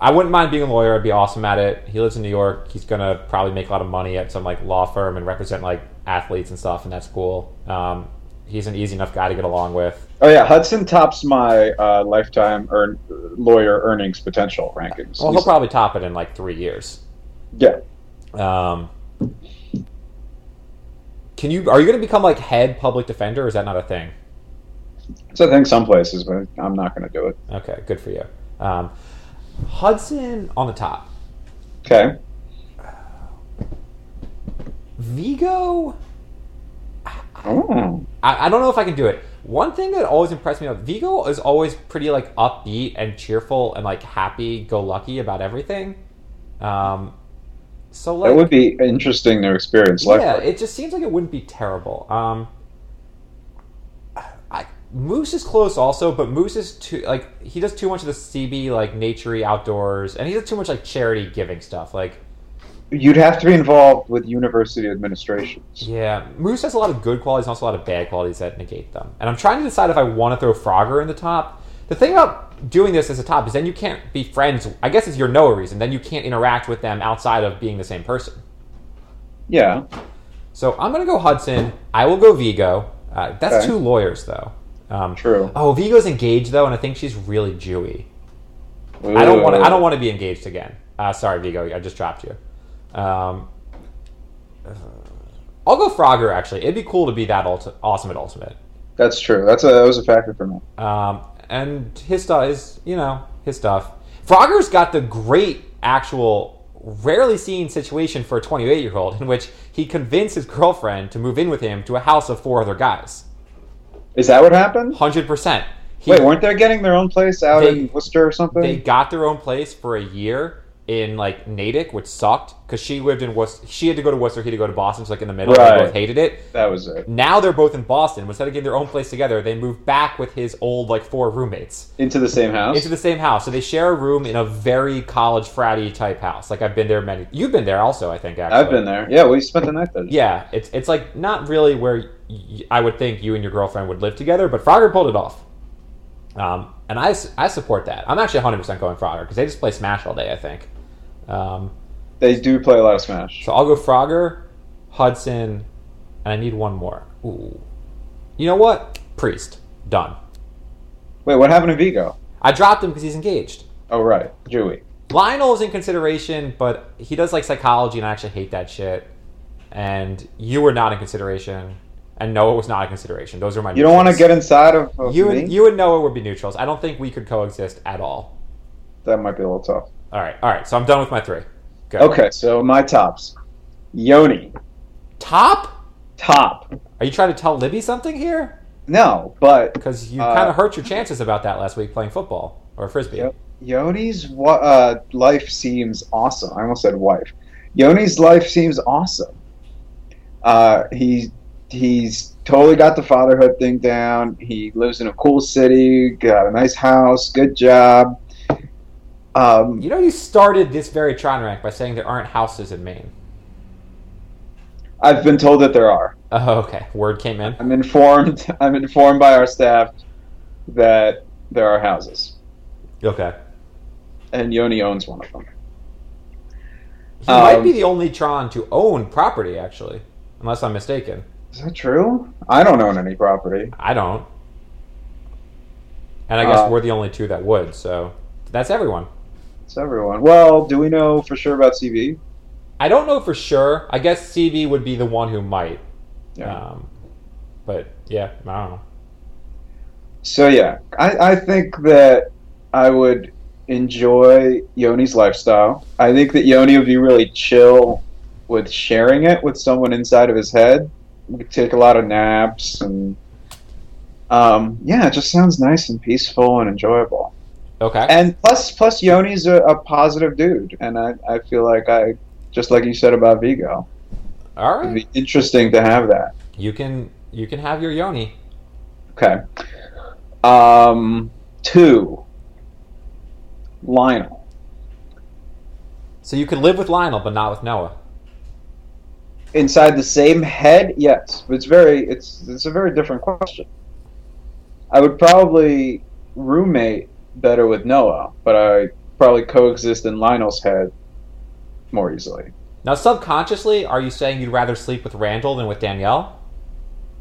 I wouldn't mind being a lawyer. I'd be awesome at it. He lives in New York. He's gonna probably make a lot of money at some like law firm and represent like athletes and stuff, and that's cool. Um, he's an easy enough guy to get along with. Oh yeah, Hudson tops my uh, lifetime earn, lawyer earnings potential rankings. Well, he'll probably top it in like three years. yeah, Um, can you? Are you gonna become like head public defender? Or is that not a thing? it's a thing some places, but I'm not going to do it. Okay, good for you. Um, Hudson on the top. Okay, Vigo, Ooh. I, I don't know if I can do it. One thing that always impressed me about Vigo is always pretty like upbeat and cheerful and like happy go lucky about everything. Um, so like that would be interesting to experience. Life yeah, it just seems like it wouldn't be terrible. Um, I, Moose is close also, but Moose is too like he does too much of the CB like naturey outdoors, and he does too much like charity giving stuff. Like You'd have to be involved with university administrations. Yeah, Moose has a lot of good qualities and also a lot of bad qualities that negate them. And I'm trying to decide if I want to throw Frogger in the top The thing about doing this as a top is then you can't be friends. I guess it's your Noah reason. Then you can't interact with them outside of being the same person. Yeah. So I'm going to go Hudson. I will go Vigo. Uh, that's Okay. two lawyers, though. Um, True. Oh, Vigo's engaged though, and I think she's really Jewy. I don't want. to. I don't want to be engaged again. Uh, sorry, Vigo. I just dropped you. Um, uh, I'll go Frogger. Actually, it'd be cool to be that ulti- awesome at Ultimate. That's true. That's a that was a factor for me. Um, and his stuff is, you know, his stuff. Frogger's got the great actual rarely seen situation for a 28 year old in which he convinced his girlfriend to move in with him to a house of four other guys. Is that what happened? 100%. He, Wait, weren't they getting their own place out They- in Worcester or something? they got their own place for a year in like Natick, which sucked because she lived in Worcester. She had to go to Worcester, he had to go to Boston, so like in the middle, Right. they both hated it. that was it. Now they're both in Boston. Instead of getting their own place together, they moved back with his old like four roommates. Into the same house. into the same house. So they share a room in a very college fratty type house. Like I've been there many. You've been there also, I think. Actually, I've been there. Yeah, we spent the night there. Yeah, it's it's like not really where y- I would think you and your girlfriend would live together, but Frogger pulled it off. Um, and I, s- I support that. I'm actually 100 percent going Frogger because they just play Smash all day. I think. Um, They do play a lot of Smash. so I'll go Frogger, Hudson, and I need one more. Ooh, you know what? Priest done. Wait, what happened to Vigo? I dropped him because he's engaged. Oh right, Dewey. Lionel is in consideration, but he does like psychology, and I actually hate that shit. And you were not in consideration, and Noah was not in consideration. Those are my. You don't want to get neutrals. inside of, of you me? and you and Noah would be neutrals. I don't think we could coexist at all. That might be a little tough. All right, all right. So I'm done with my three. Go. Okay, so my tops. Yoni Top? top. Are you trying to tell Libby something here? No, but Because you Uh, kind of hurt your chances about that last week playing football or frisbee. Yep. Yoni's wa- uh, life seems awesome. I almost said wife. Yoni's life seems awesome. Uh, he's he's totally got the fatherhood thing down. He lives in a cool city, got a nice house, good job. Um, You know, you started this very Tron rank by saying there aren't houses in Maine. I've been told that there are. Oh, okay. Word came in. I'm informed. I'm informed by our staff that there are houses, Okay. and Yoni owns one of them. He might Um, be the only Tron to own property, actually, unless I'm mistaken. Is that true? I don't own any property. I don't. And I guess Uh, we're the only two that would, so that's everyone. It's everyone. Well, do we know for sure about CV? I don't know for sure. I guess CV would be the one who might. Um, but yeah, I don't know. So yeah, I, I think that I would enjoy Yoni's lifestyle. I think that Yoni would be really chill with sharing it with someone inside of his head. We could take a lot of naps and um, yeah, it just sounds nice and peaceful and enjoyable. Okay. And plus, plus Yoni's a, a positive dude, and I, I feel like I just like you said about Vigo, All it'd right. be interesting to have that. You can you can have your yoni. Okay. Um, two. Lionel. So you could live with Lionel, but not with Noah. Inside the same head? Yes. It's very it's it's a very different question. I would probably roommate better with Noah, but I probably coexist in Lionel's head more easily. Now, subconsciously, are you saying you'd rather sleep with Randall than with Danielle?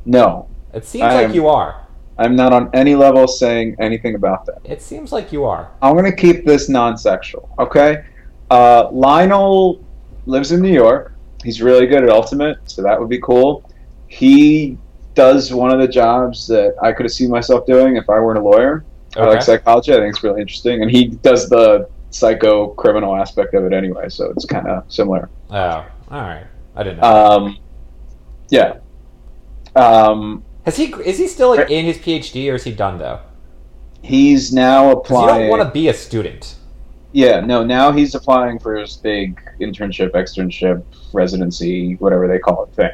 No. It seems I like am- you are. I'm not on any level saying anything about that. It seems like you are. I'm gonna keep this non-sexual, okay? Uh, Lionel lives in New York. He's really good at ultimate, so that would be cool. He does one of the jobs that I could have seen myself doing if I weren't a lawyer. I like Okay. psychology. I think it's really interesting, and he does the psycho criminal aspect of it anyway, so it's kind of similar. Oh, all right. I didn't know. Um, yeah. Um, Has he? Is he still like in his PhD, or is he done though? he's now Because you applying. don't want to be a student. Yeah, no, now he's applying for his big internship, externship, residency, whatever they call it thing.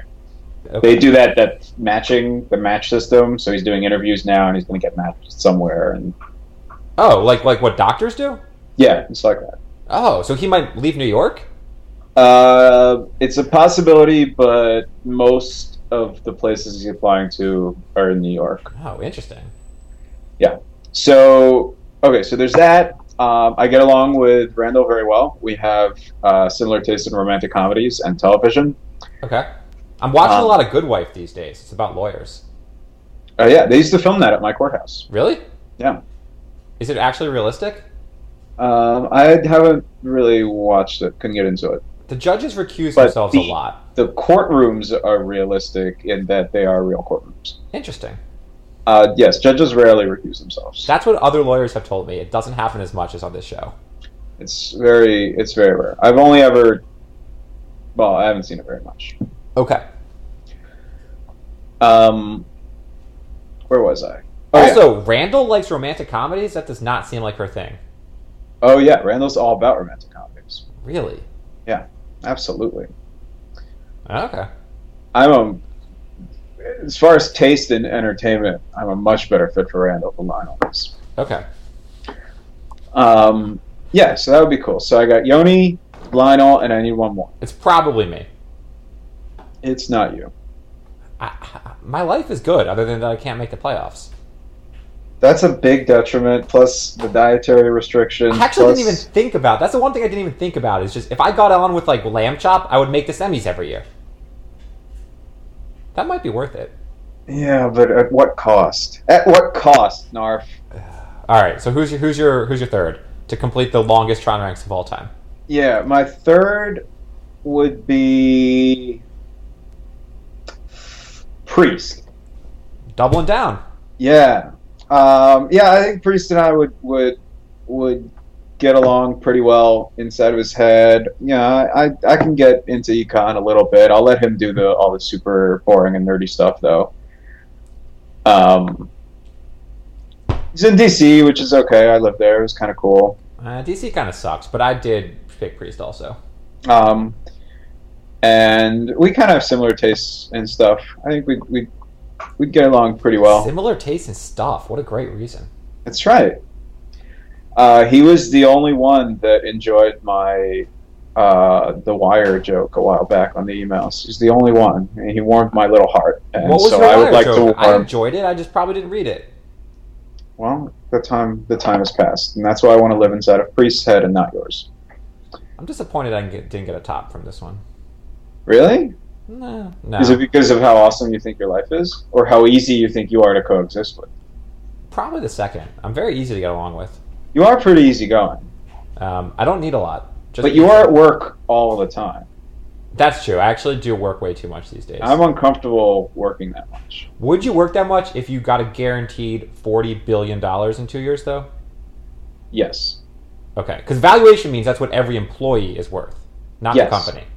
Okay. They do that that matching the match system, so he's doing interviews now and he's going to get matched somewhere and Oh, like like what doctors do? yeah, it's like that. Oh, so he might leave New York. Uh, it's a possibility, but most of the places he's applying to are in New York. Oh, interesting. So okay, so there's that. Um, I get along with Randall very well. We have uh, similar tastes in romantic comedies and television. Okay. I'm watching Um, a lot of Good Wife these days. It's about lawyers. Uh, yeah, they used to film that at my courthouse. Really? Yeah, Is it actually realistic? um, I haven't really watched it. Couldn't get into it. The judges recuse But themselves the- a lot. The courtrooms are realistic in that they are real courtrooms. Interesting. Uh, yes, judges rarely recuse themselves. That's what other lawyers have told me. It doesn't happen as much as on this show. It's very, it's very rare. I've only ever, well, I haven't seen it very much. Okay. Um, where was I? Oh, yeah. also, Randall likes romantic comedies. That does not seem like her thing. Oh yeah, Randall's all about romantic comedies. Really? Absolutely. Okay. I'm a as far as taste in entertainment, I'm a much better fit for Randall than Lionel is. Okay. Um, yeah, so that would be cool. So I got Yoni, Lionel, and I need one more. It's probably me. It's not you. I, I- my life is good, other than that I can't make the playoffs. That's a big detriment. Plus the dietary restrictions. I actually didn't even plus- think about. That's the one thing I didn't even think about. Is just if I got on with like lamb chop, I would make the semis every year. That might be worth it. Yeah, but at what cost? At what cost, Narf? All right. So who's your who's your who's your third to complete the longest Tron ranks of all time? Yeah, my third would be priest. Doubling down. Yeah, um, yeah. I think Priest and I would would would get along pretty well inside of his head. Yeah, I I can get into econ a little bit. I'll let him do the all the super boring and nerdy stuff though. Um, he's in DC, which is okay. I live there. It was kind of cool. Uh, DC kind of sucks, but I did pick Priest also. Um, and we kind of have similar tastes and stuff. I think we we we'd get along pretty well. Similar taste in stuff. What a great reason. That's right. Uh, he was the only one that enjoyed my uh, the wire joke a while back on the emails. He's the only one, and he warmed my little heart. And what was so your I wire would like joke? to I warm. enjoyed it. I just probably didn't read it. Well, the time the time has passed, and that's why I want to live inside of priest's head and not yours. I'm disappointed I didn't get, didn't get a top from this one. Really? No, no. Is it because of how awesome you think your life is, or how easy you think you are to coexist with? probably the second. I'm very easy to get along with. You are pretty easygoing, Um, I don't need a lot. Just but you are at work all the time. That's true. I actually do work way too much these days. I'm uncomfortable working that much. Would you work that much if you got a guaranteed forty billion dollars in two years, though? Yes, Okay, because valuation means that's what every employee is worth, not Yes. the company.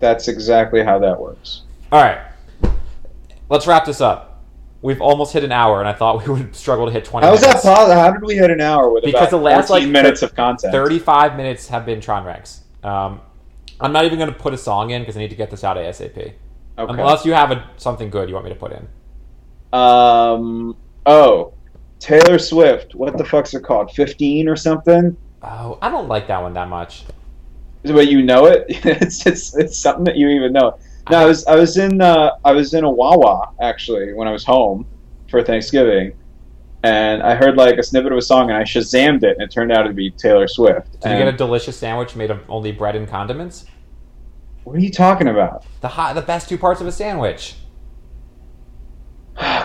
that's exactly how that works. All right, let's wrap this up. We've almost hit an hour, and I thought we would struggle to hit twenty. How is that minutes. possible? How did we hit an hour with Because about the last, 14 like, minutes of content? 35 minutes have been Tron Rex. Um, I'm not even going to put a song in because I need to get this out ASAP. Okay. Unless you have a, something good you want me to put in. Um. Oh, Taylor Swift. What the fuck's it called? Fifteen or something? Oh, I don't like that one that much. But you know it. it's it's it's something that you even know. No, I was I was in uh, I was in a Wawa actually when I was home for Thanksgiving, and I heard like a snippet of a song and I shazammed it and it turned out to be Taylor Swift. Did And- you get a delicious sandwich made of only bread and condiments? what are you talking about? The hot, the best two parts of a sandwich.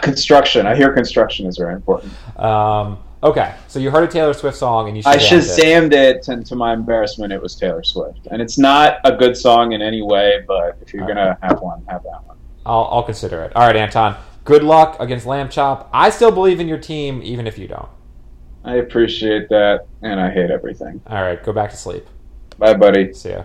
construction. I hear construction is very important. Um, okay, so you heard a Taylor Swift song and you I shazammed it. shazammed it, and to my embarrassment, it was Taylor Swift. And it's not a good song in any way, but if you're gonna have one, have that one. I'll, I'll consider it. All right, Anton. Good luck against Lamb Chop. I still believe in your team, even if you don't. I appreciate that, and I hate everything. All right, go back to sleep. Bye, buddy. See ya.